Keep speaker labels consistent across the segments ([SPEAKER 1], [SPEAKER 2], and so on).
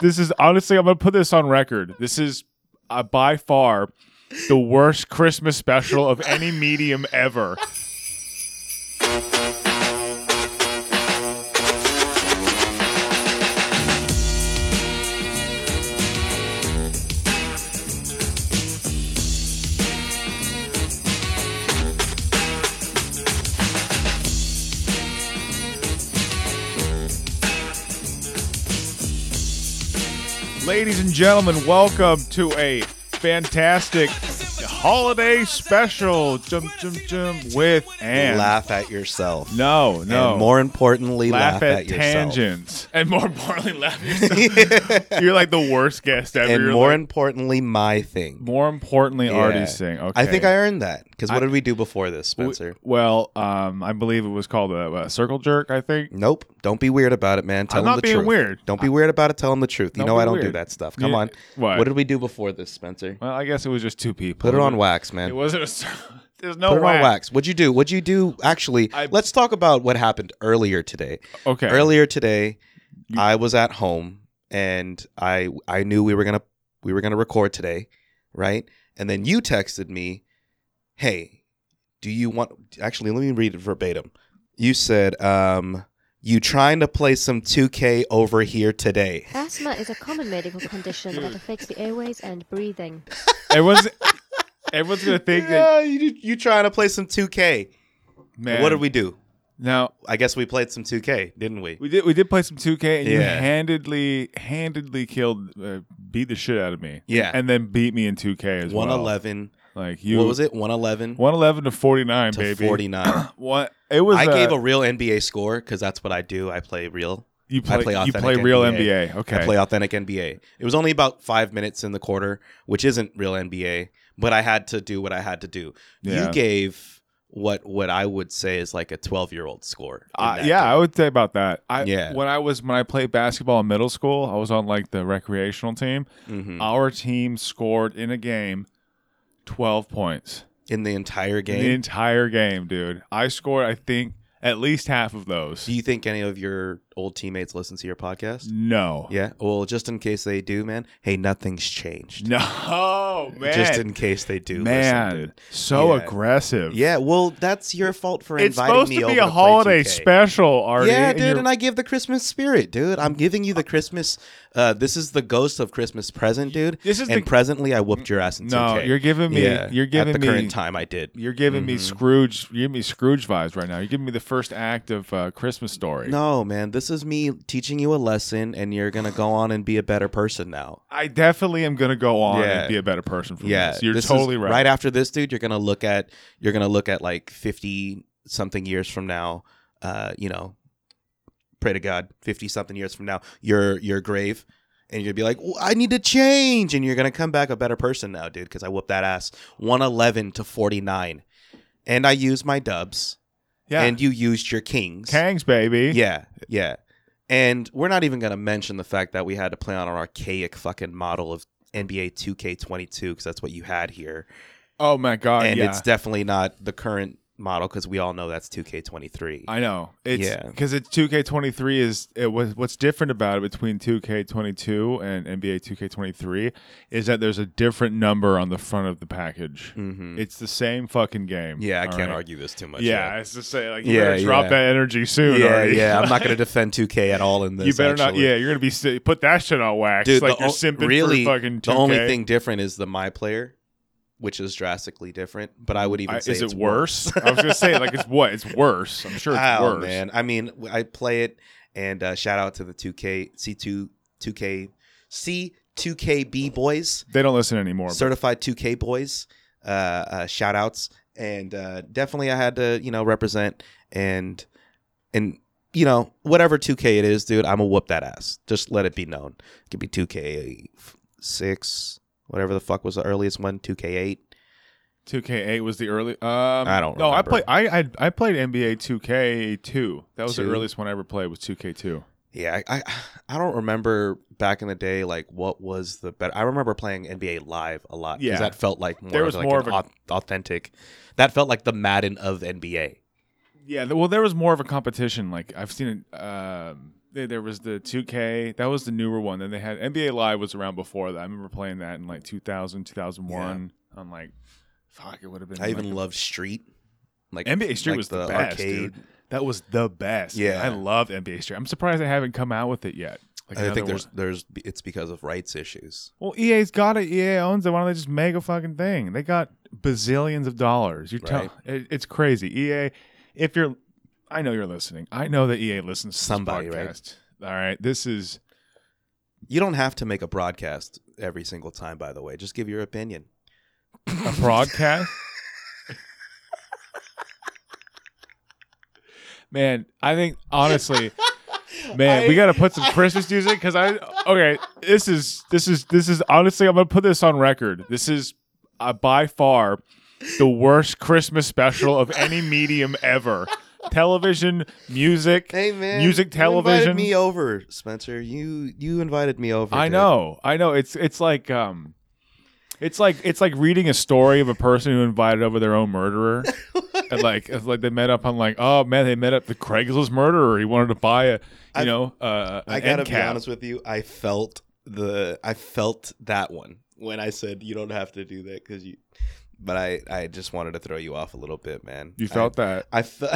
[SPEAKER 1] This is honestly, I'm gonna put this on record. This is uh, by far the worst Christmas special of any medium ever. Ladies and gentlemen, welcome to a fantastic holiday special. Jump, jump, jump with and
[SPEAKER 2] laugh at yourself.
[SPEAKER 1] No, no.
[SPEAKER 2] And more importantly, laugh,
[SPEAKER 1] laugh at,
[SPEAKER 2] yourself.
[SPEAKER 1] tangents, and more importantly, laugh at yourself. You're like the worst guest ever.
[SPEAKER 2] And
[SPEAKER 1] You're
[SPEAKER 2] more
[SPEAKER 1] like-
[SPEAKER 2] importantly, my thing.
[SPEAKER 1] more importantly,
[SPEAKER 2] Yeah.
[SPEAKER 1] already saying. Okay,
[SPEAKER 2] I think I earned that because what
[SPEAKER 1] I-
[SPEAKER 2] did we do before this,
[SPEAKER 1] W-
[SPEAKER 2] Spencer?
[SPEAKER 1] Well, um, I believe it was called a, a circle jerk. I think.
[SPEAKER 2] nope. Don't be weird about it, man. Tell
[SPEAKER 1] I'm
[SPEAKER 2] them
[SPEAKER 1] not
[SPEAKER 2] the
[SPEAKER 1] being
[SPEAKER 2] truth.
[SPEAKER 1] weird.
[SPEAKER 2] Don't be weird about it. Tell them the truth. You
[SPEAKER 1] Don't
[SPEAKER 2] know
[SPEAKER 1] be
[SPEAKER 2] I don't do
[SPEAKER 1] weird.
[SPEAKER 2] that stuff. Come
[SPEAKER 1] Yeah.
[SPEAKER 2] on.
[SPEAKER 1] What?
[SPEAKER 2] did we do before this, Spencer?
[SPEAKER 1] Well, I guess it was just two people.
[SPEAKER 2] Put it on wax, man.
[SPEAKER 1] It wasn't a. cir- There's no
[SPEAKER 2] Put it
[SPEAKER 1] wax.
[SPEAKER 2] on wax. What'd you do? What'd you do? Actually,
[SPEAKER 1] I-
[SPEAKER 2] let's talk about what happened earlier today.
[SPEAKER 1] Okay.
[SPEAKER 2] Earlier today,
[SPEAKER 1] You-
[SPEAKER 2] I was at home and I I knew we were gonna we were gonna record today, right? And then you texted me, "Hey, do you want?" Actually, let me read it verbatim. You said, um, "You trying to play some 2K over here today?"
[SPEAKER 3] Asthma is a common medical condition that affects the airways and breathing.
[SPEAKER 1] Everyone's. Everyone's gonna think that.
[SPEAKER 2] yeah, you, you trying to play some 2K?
[SPEAKER 1] Man,
[SPEAKER 2] What did we do?
[SPEAKER 1] Now
[SPEAKER 2] I guess we played some 2K, didn't we?
[SPEAKER 1] we did. We did play some 2K, and you
[SPEAKER 2] Yeah.
[SPEAKER 1] handedly, handedly killed, uh, beat the shit out of me.
[SPEAKER 2] Yeah.
[SPEAKER 1] And then beat me in 2K as well.
[SPEAKER 2] 111.
[SPEAKER 1] Like you.
[SPEAKER 2] what was it? 111
[SPEAKER 1] 111 to 49,
[SPEAKER 2] to
[SPEAKER 1] baby.
[SPEAKER 2] 49.
[SPEAKER 1] What it was?
[SPEAKER 2] I
[SPEAKER 1] uh,
[SPEAKER 2] gave a real NBA score because that's what I do. I play real.
[SPEAKER 1] You play.
[SPEAKER 2] play
[SPEAKER 1] you
[SPEAKER 2] authentic
[SPEAKER 1] play real
[SPEAKER 2] NBA.
[SPEAKER 1] NBA. Okay.
[SPEAKER 2] I play authentic NBA. It was only about five minutes in the quarter, which isn't real NBA, but I had to do what I had to do.
[SPEAKER 1] Yeah.
[SPEAKER 2] You gave what what I would say is like a twelve year old score. in
[SPEAKER 1] Uh,
[SPEAKER 2] that
[SPEAKER 1] yeah,
[SPEAKER 2] game.
[SPEAKER 1] I would say about that. I,
[SPEAKER 2] Yeah.
[SPEAKER 1] When I was when I played basketball in middle school, I was on like the recreational team.
[SPEAKER 2] Mhm.
[SPEAKER 1] Our team scored in a game twelve points
[SPEAKER 2] in the entire game.
[SPEAKER 1] the entire game, dude. I scored, I think, at least half of those.
[SPEAKER 2] do you think any of your old teammates listen to your podcast?
[SPEAKER 1] No,
[SPEAKER 2] Yeah. Well, just in case they do, man. Hey, nothing's changed.
[SPEAKER 1] no, man,
[SPEAKER 2] Just in case they do,
[SPEAKER 1] man,
[SPEAKER 2] Listen, dude.
[SPEAKER 1] so
[SPEAKER 2] Yeah.
[SPEAKER 1] aggressive.
[SPEAKER 2] Yeah. Well, that's your fault for
[SPEAKER 1] it's
[SPEAKER 2] inviting
[SPEAKER 1] supposed
[SPEAKER 2] me
[SPEAKER 1] to be
[SPEAKER 2] over
[SPEAKER 1] a
[SPEAKER 2] play
[SPEAKER 1] holiday
[SPEAKER 2] 2K.
[SPEAKER 1] special, Artie.
[SPEAKER 2] Yeah,
[SPEAKER 1] and
[SPEAKER 2] dude,
[SPEAKER 1] you're-
[SPEAKER 2] and I give the Christmas spirit, dude. I'm giving you the Christmas. Uh, this is the ghost of Christmas present, dude.
[SPEAKER 1] This is
[SPEAKER 2] and
[SPEAKER 1] the-
[SPEAKER 2] presently, I whooped your ass in
[SPEAKER 1] no,
[SPEAKER 2] 2K.
[SPEAKER 1] you're giving me,
[SPEAKER 2] Yeah,
[SPEAKER 1] you're giving
[SPEAKER 2] at the
[SPEAKER 1] me
[SPEAKER 2] current time. I did.
[SPEAKER 1] You're giving
[SPEAKER 2] Mm-hmm.
[SPEAKER 1] me Scrooge. You're giving me Scrooge vibes right now. You're giving me the first act of uh, Christmas Story.
[SPEAKER 2] No, man, this is me teaching you a lesson, and you're gonna go on and be a better person now.
[SPEAKER 1] I definitely am gonna go on
[SPEAKER 2] Yeah.
[SPEAKER 1] and be a better person from
[SPEAKER 2] Yeah,
[SPEAKER 1] this. You're
[SPEAKER 2] this is-
[SPEAKER 1] totally right.
[SPEAKER 2] Right after this, dude, you're gonna look at you're gonna look at like 50 something years from now. Uh, you know, pray to God, 50 something years from now, your your grave, and you'll be like, "Well, I need to change, and you're gonna come back a better person now, dude, because I whooped that ass 111 to 49, and I used my dubs,
[SPEAKER 1] yeah,
[SPEAKER 2] and you used your kings.
[SPEAKER 1] Kangs, baby.
[SPEAKER 2] Yeah, yeah. And we're not even going to mention the fact that we had to play on an archaic fucking model of NBA 2K22 because that's what you had here.
[SPEAKER 1] Oh my god.
[SPEAKER 2] and
[SPEAKER 1] yeah.
[SPEAKER 2] it's definitely not the current model because we all know that's 2K23.
[SPEAKER 1] I know. It's
[SPEAKER 2] Yeah.
[SPEAKER 1] because it's 2K23 is it was what's different about it between 2K22 and NBA 2K23 is that there's a different number on the front of the package.
[SPEAKER 2] Mhm.
[SPEAKER 1] It's the same fucking game.
[SPEAKER 2] yeah, I
[SPEAKER 1] all
[SPEAKER 2] can't
[SPEAKER 1] right?
[SPEAKER 2] argue this too much.
[SPEAKER 1] Yeah, it's just say like you
[SPEAKER 2] Yeah,
[SPEAKER 1] better drop
[SPEAKER 2] yeah.
[SPEAKER 1] that energy soon.
[SPEAKER 2] yeah,
[SPEAKER 1] already.
[SPEAKER 2] yeah. I'm not going to defend 2K at all in this.
[SPEAKER 1] You better not.
[SPEAKER 2] actually.
[SPEAKER 1] Yeah, you're gonna be si- put that shit on wax.
[SPEAKER 2] dude.
[SPEAKER 1] like
[SPEAKER 2] the
[SPEAKER 1] you're
[SPEAKER 2] o-
[SPEAKER 1] simping for
[SPEAKER 2] really,
[SPEAKER 1] fucking 2K.
[SPEAKER 2] the only thing different is the my player, which is drastically different. But I would even
[SPEAKER 1] I-
[SPEAKER 2] say
[SPEAKER 1] is
[SPEAKER 2] it's
[SPEAKER 1] it worse? I was gonna say like it's what? It's worse. I'm sure it's
[SPEAKER 2] oh,
[SPEAKER 1] worse.
[SPEAKER 2] man. I mean, w- I play it, and uh, shout out to the 2K, C2, 2K, C2KB boys,
[SPEAKER 1] They don't listen anymore. but-
[SPEAKER 2] certified 2K boys. Uh, uh, shout outs. And uh, definitely I had to, you know, represent and, and, you know, whatever 2K it is, dude, I'm going to whoop that ass. Just let it be known. It could be 2K6, whatever the fuck was the earliest one, 2K8.
[SPEAKER 1] 2K8 was the early. Um,
[SPEAKER 2] I don't
[SPEAKER 1] No, I
[SPEAKER 2] remember.
[SPEAKER 1] played. I, I I played NBA 2K2. That was the
[SPEAKER 2] Two?
[SPEAKER 1] earliest one I ever played. Was 2K2.
[SPEAKER 2] Yeah, I, I I don't remember back in the day like what was the better. I remember playing NBA Live a lot
[SPEAKER 1] Yeah.
[SPEAKER 2] because that felt like more
[SPEAKER 1] There
[SPEAKER 2] of
[SPEAKER 1] was
[SPEAKER 2] like
[SPEAKER 1] more
[SPEAKER 2] an
[SPEAKER 1] of a-
[SPEAKER 2] au- authentic. That felt like the Madden of NBA.
[SPEAKER 1] Yeah. th- Well, there was more of a competition. Like I've seen it. Um, they- there was the 2K. That was the newer one. Then they had NBA Live was around before that. I remember playing that in like 2000, 2001. I'm like, fuck, it would have been.
[SPEAKER 2] I even
[SPEAKER 1] like-
[SPEAKER 2] loved Street. Like
[SPEAKER 1] NBA Street was the, best, dude. That was the best.
[SPEAKER 2] Yeah.
[SPEAKER 1] I loved NBA Street. I'm surprised they haven't come out with it yet. Like
[SPEAKER 2] I think
[SPEAKER 1] another
[SPEAKER 2] there's
[SPEAKER 1] one.
[SPEAKER 2] there's it's because of rights issues.
[SPEAKER 1] well, EA's got it. EA owns it. Why don't they just make a fucking thing? They got bazillions of dollars. You're tell-
[SPEAKER 2] Right.
[SPEAKER 1] it, it's crazy. EA, if you're, I know you're listening. I know that EA listens to
[SPEAKER 2] Somebody,
[SPEAKER 1] this
[SPEAKER 2] right?
[SPEAKER 1] podcast. All right, this is
[SPEAKER 2] You don't have to make a broadcast every single time. By the way, just give your opinion.
[SPEAKER 1] a broadcast. Man, I think honestly, man, we
[SPEAKER 2] I-
[SPEAKER 1] got to put some Christmas music because I okay. This is this is this is honestly, I'm gonna put this on record. This is uh, by far the worst Christmas special of any medium ever. Television, music.
[SPEAKER 2] Hey man,
[SPEAKER 1] Music,
[SPEAKER 2] you invited
[SPEAKER 1] television.
[SPEAKER 2] me over, Spencer. You you invited me over.
[SPEAKER 1] I
[SPEAKER 2] dude.
[SPEAKER 1] know, I know. It's it's like um, it's like it's like reading a story of a person who invited over their own murderer, and like it's like they met up on like oh man, they met up the Craigslist murderer. He wanted to buy a you
[SPEAKER 2] I-
[SPEAKER 1] know uh, an
[SPEAKER 2] I gotta
[SPEAKER 1] end
[SPEAKER 2] be
[SPEAKER 1] cap.
[SPEAKER 2] honest with you. I felt the I felt that one when I said you don't have to do that because you. But I I just wanted to throw you off a little bit, man.
[SPEAKER 1] You felt that?
[SPEAKER 2] I, I, fe-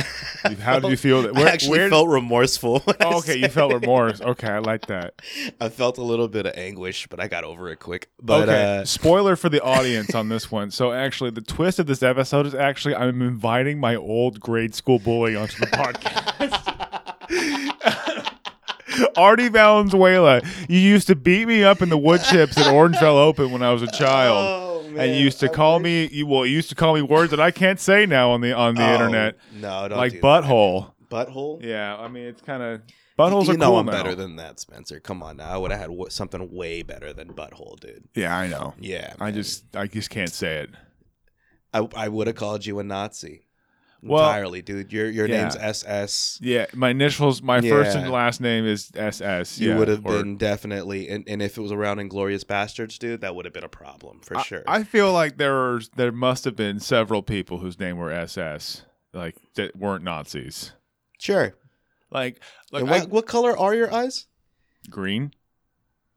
[SPEAKER 2] I
[SPEAKER 1] You- How did you feel
[SPEAKER 2] felt-
[SPEAKER 1] that?
[SPEAKER 2] I actually
[SPEAKER 1] where-
[SPEAKER 2] felt remorseful. when I
[SPEAKER 1] oh, okay, you
[SPEAKER 2] said
[SPEAKER 1] felt
[SPEAKER 2] it.
[SPEAKER 1] remorse. Okay, I like that.
[SPEAKER 2] I felt a little bit of anguish, but I got over it quick. But
[SPEAKER 1] okay,
[SPEAKER 2] uh,
[SPEAKER 1] spoiler for the audience on this one. So actually, the twist of this episode is actually I'm inviting my old grade school bully onto the
[SPEAKER 2] uh,
[SPEAKER 1] podcast. Artie Valenzuela, you used to beat me up in the wood chips at Orangeville Open when I was a child,
[SPEAKER 2] oh,
[SPEAKER 1] and
[SPEAKER 2] man,
[SPEAKER 1] you used to
[SPEAKER 2] I
[SPEAKER 1] call
[SPEAKER 2] wish-
[SPEAKER 1] me you well, you used to call me words that I can't say now on the on the
[SPEAKER 2] Oh,
[SPEAKER 1] internet,
[SPEAKER 2] No, don't
[SPEAKER 1] like
[SPEAKER 2] do that.
[SPEAKER 1] butthole.
[SPEAKER 2] butthole.
[SPEAKER 1] Yeah, I mean it's kind of buttholes
[SPEAKER 2] you
[SPEAKER 1] are
[SPEAKER 2] know
[SPEAKER 1] cool
[SPEAKER 2] I'm
[SPEAKER 1] now.
[SPEAKER 2] better than that, Spencer. Come on, now I would have had w- something way better than butthole, dude.
[SPEAKER 1] yeah, I know.
[SPEAKER 2] Yeah,
[SPEAKER 1] I
[SPEAKER 2] man.
[SPEAKER 1] just I just can't say it.
[SPEAKER 2] I, I would have called you a Nazi
[SPEAKER 1] Well-
[SPEAKER 2] entirely, dude. Your your
[SPEAKER 1] Yeah.
[SPEAKER 2] name's SS.
[SPEAKER 1] Yeah, my initials, my first and
[SPEAKER 2] Yeah.
[SPEAKER 1] last name is SS.
[SPEAKER 2] You
[SPEAKER 1] yeah,
[SPEAKER 2] would have
[SPEAKER 1] or-
[SPEAKER 2] been definitely, and, and if it was around Inglorious Bastards, dude, that would have been a problem for
[SPEAKER 1] I,
[SPEAKER 2] sure.
[SPEAKER 1] I feel like there are there must have been several people whose name were SS, like that weren't Nazis.
[SPEAKER 2] sure.
[SPEAKER 1] Like, like
[SPEAKER 2] and what,
[SPEAKER 1] I-
[SPEAKER 2] what color are your eyes?
[SPEAKER 1] green.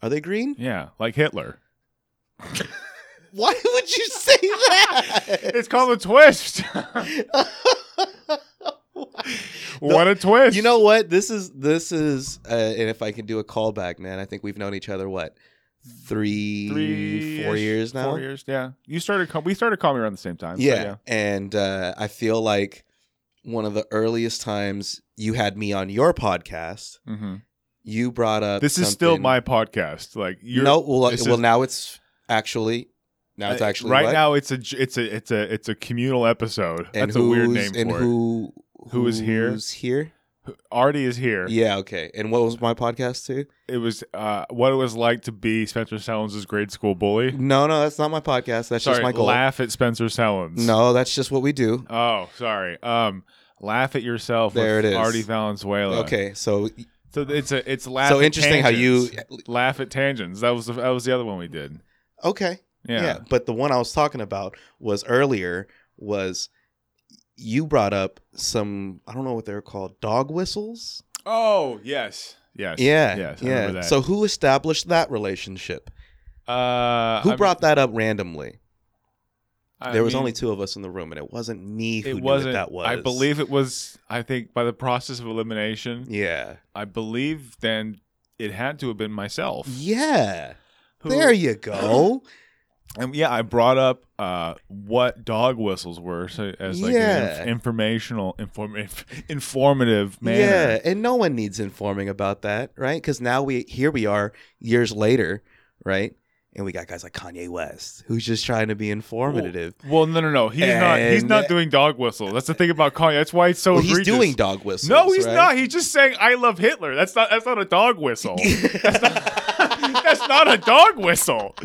[SPEAKER 2] Are they green?
[SPEAKER 1] Yeah, like Hitler.
[SPEAKER 2] Why would you say that?
[SPEAKER 1] It's called a twist. what a twist!
[SPEAKER 2] you know what? This is this is, uh, and if I can do a callback, man, I think we've known each other what three, four years now.
[SPEAKER 1] Four years, yeah. You started. call- We started calling around the same time. so
[SPEAKER 2] yeah. And uh, I feel like one of the earliest times you had me on your podcast,
[SPEAKER 1] yeah. hmm
[SPEAKER 2] you brought up.
[SPEAKER 1] This is still
[SPEAKER 2] something-
[SPEAKER 1] my podcast. Like, you're, uh,
[SPEAKER 2] no, well,
[SPEAKER 1] this
[SPEAKER 2] well,
[SPEAKER 1] is-
[SPEAKER 2] now it's actually now it's
[SPEAKER 1] Uh,
[SPEAKER 2] actually
[SPEAKER 1] right
[SPEAKER 2] what?
[SPEAKER 1] now. It's a j- it's a it's a it's a communal episode.
[SPEAKER 2] And
[SPEAKER 1] That's a weird
[SPEAKER 2] who's-
[SPEAKER 1] name
[SPEAKER 2] and
[SPEAKER 1] for
[SPEAKER 2] who,
[SPEAKER 1] Who is here?
[SPEAKER 2] Who's here?
[SPEAKER 1] it. Artie is here.
[SPEAKER 2] Yeah, okay. And what was my podcast too?
[SPEAKER 1] It was uh, what it was like to be Spencer Sellens' grade school bully.
[SPEAKER 2] No, no, that's not my podcast. That's
[SPEAKER 1] sorry,
[SPEAKER 2] just my goal.
[SPEAKER 1] laugh at Spencer Sellens.
[SPEAKER 2] No, that's just what we do.
[SPEAKER 1] Oh, sorry. Um, laugh at yourself.
[SPEAKER 2] There
[SPEAKER 1] with
[SPEAKER 2] it is.
[SPEAKER 1] Artie Valenzuela.
[SPEAKER 2] Okay, so
[SPEAKER 1] So it's a it's laugh.
[SPEAKER 2] so
[SPEAKER 1] at
[SPEAKER 2] interesting how you.
[SPEAKER 1] tangents. laugh at tangents. That was the, that was the other one we did.
[SPEAKER 2] Okay,
[SPEAKER 1] Yeah.
[SPEAKER 2] But the one I was talking about was earlier was you brought up some I don't know what they're called dog whistles.
[SPEAKER 1] Oh yes. Yes.
[SPEAKER 2] Yeah.
[SPEAKER 1] Yes. I
[SPEAKER 2] yeah.
[SPEAKER 1] remember that.
[SPEAKER 2] So who established that relationship?
[SPEAKER 1] uh,
[SPEAKER 2] Who
[SPEAKER 1] I
[SPEAKER 2] brought that up randomly?
[SPEAKER 1] mean- I
[SPEAKER 2] there was
[SPEAKER 1] mean-
[SPEAKER 2] only two of us in the room, and it wasn't me who
[SPEAKER 1] it
[SPEAKER 2] knew
[SPEAKER 1] wasn't
[SPEAKER 2] what that was.
[SPEAKER 1] I believe it was I think by the process of elimination,
[SPEAKER 2] Yeah.
[SPEAKER 1] I believe then it had to have been myself.
[SPEAKER 2] Yeah.
[SPEAKER 1] who-
[SPEAKER 2] There you go.
[SPEAKER 1] and yeah, I brought up uh, what dog whistles were so as like an inf-
[SPEAKER 2] Yeah.
[SPEAKER 1] informational inform- inf- informative manner.
[SPEAKER 2] Yeah, and no one needs informing about that, right? Because now we here we are years later, right? And we got guys like Kanye West, who's just trying to be informative.
[SPEAKER 1] Well, no, no, no. He's not. He's
[SPEAKER 2] And-
[SPEAKER 1] not doing dog whistle. That's the thing about Kanye. That's why it's so.
[SPEAKER 2] Well, he's
[SPEAKER 1] egregious.
[SPEAKER 2] doing dog whistles.
[SPEAKER 1] No, he's
[SPEAKER 2] right?
[SPEAKER 1] not. He's just saying "I love Hitler." That's not. That's not a dog whistle. That's not, that's not a dog whistle.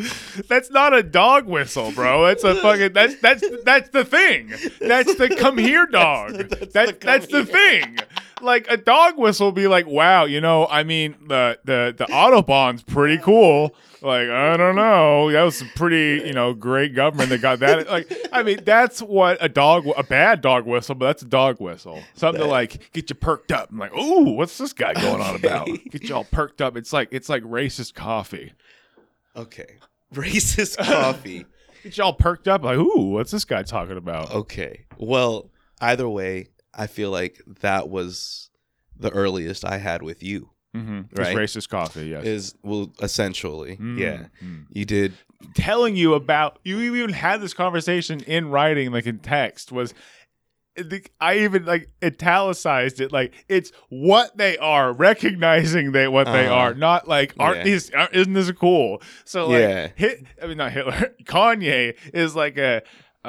[SPEAKER 1] That's not a dog whistle, bro. That's a fucking. That's that's that's the thing. That's the come here dog.
[SPEAKER 2] That's the-
[SPEAKER 1] That's
[SPEAKER 2] that's
[SPEAKER 1] that's
[SPEAKER 2] the
[SPEAKER 1] the
[SPEAKER 2] come
[SPEAKER 1] thing. like a dog whistle be like, wow, you know, I mean the the the autobahn's pretty cool. Like I don't know, that was some pretty you know great government that got that. Like I mean that's what a dog a bad dog whistle, but that's a dog whistle. Something to like get you perked up. I'm like, ooh, what's this guy going on about?
[SPEAKER 2] Okay.
[SPEAKER 1] Get y'all perked up. It's like it's like racist coffee.
[SPEAKER 2] Okay. Racist coffee.
[SPEAKER 1] Get y'all perked up. Like ooh, what's this guy talking about?
[SPEAKER 2] Oh, Okay. Well, either way, I feel like that was the earliest I had with you.
[SPEAKER 1] Mm-hmm.
[SPEAKER 2] Right.
[SPEAKER 1] It's racist coffee. Yes.
[SPEAKER 2] Is well, essentially,
[SPEAKER 1] Mm,
[SPEAKER 2] yeah.
[SPEAKER 1] mm.
[SPEAKER 2] You did.
[SPEAKER 1] telling you about you even had this conversation in writing like in text was the- i even like italicized it like it's what they are recognizing they what they
[SPEAKER 2] Uh-huh.
[SPEAKER 1] are not like aren't
[SPEAKER 2] Yeah.
[SPEAKER 1] these aren't, isn't this cool so like
[SPEAKER 2] Yeah.
[SPEAKER 1] hit i mean not hitler kanye is like a uh, uh,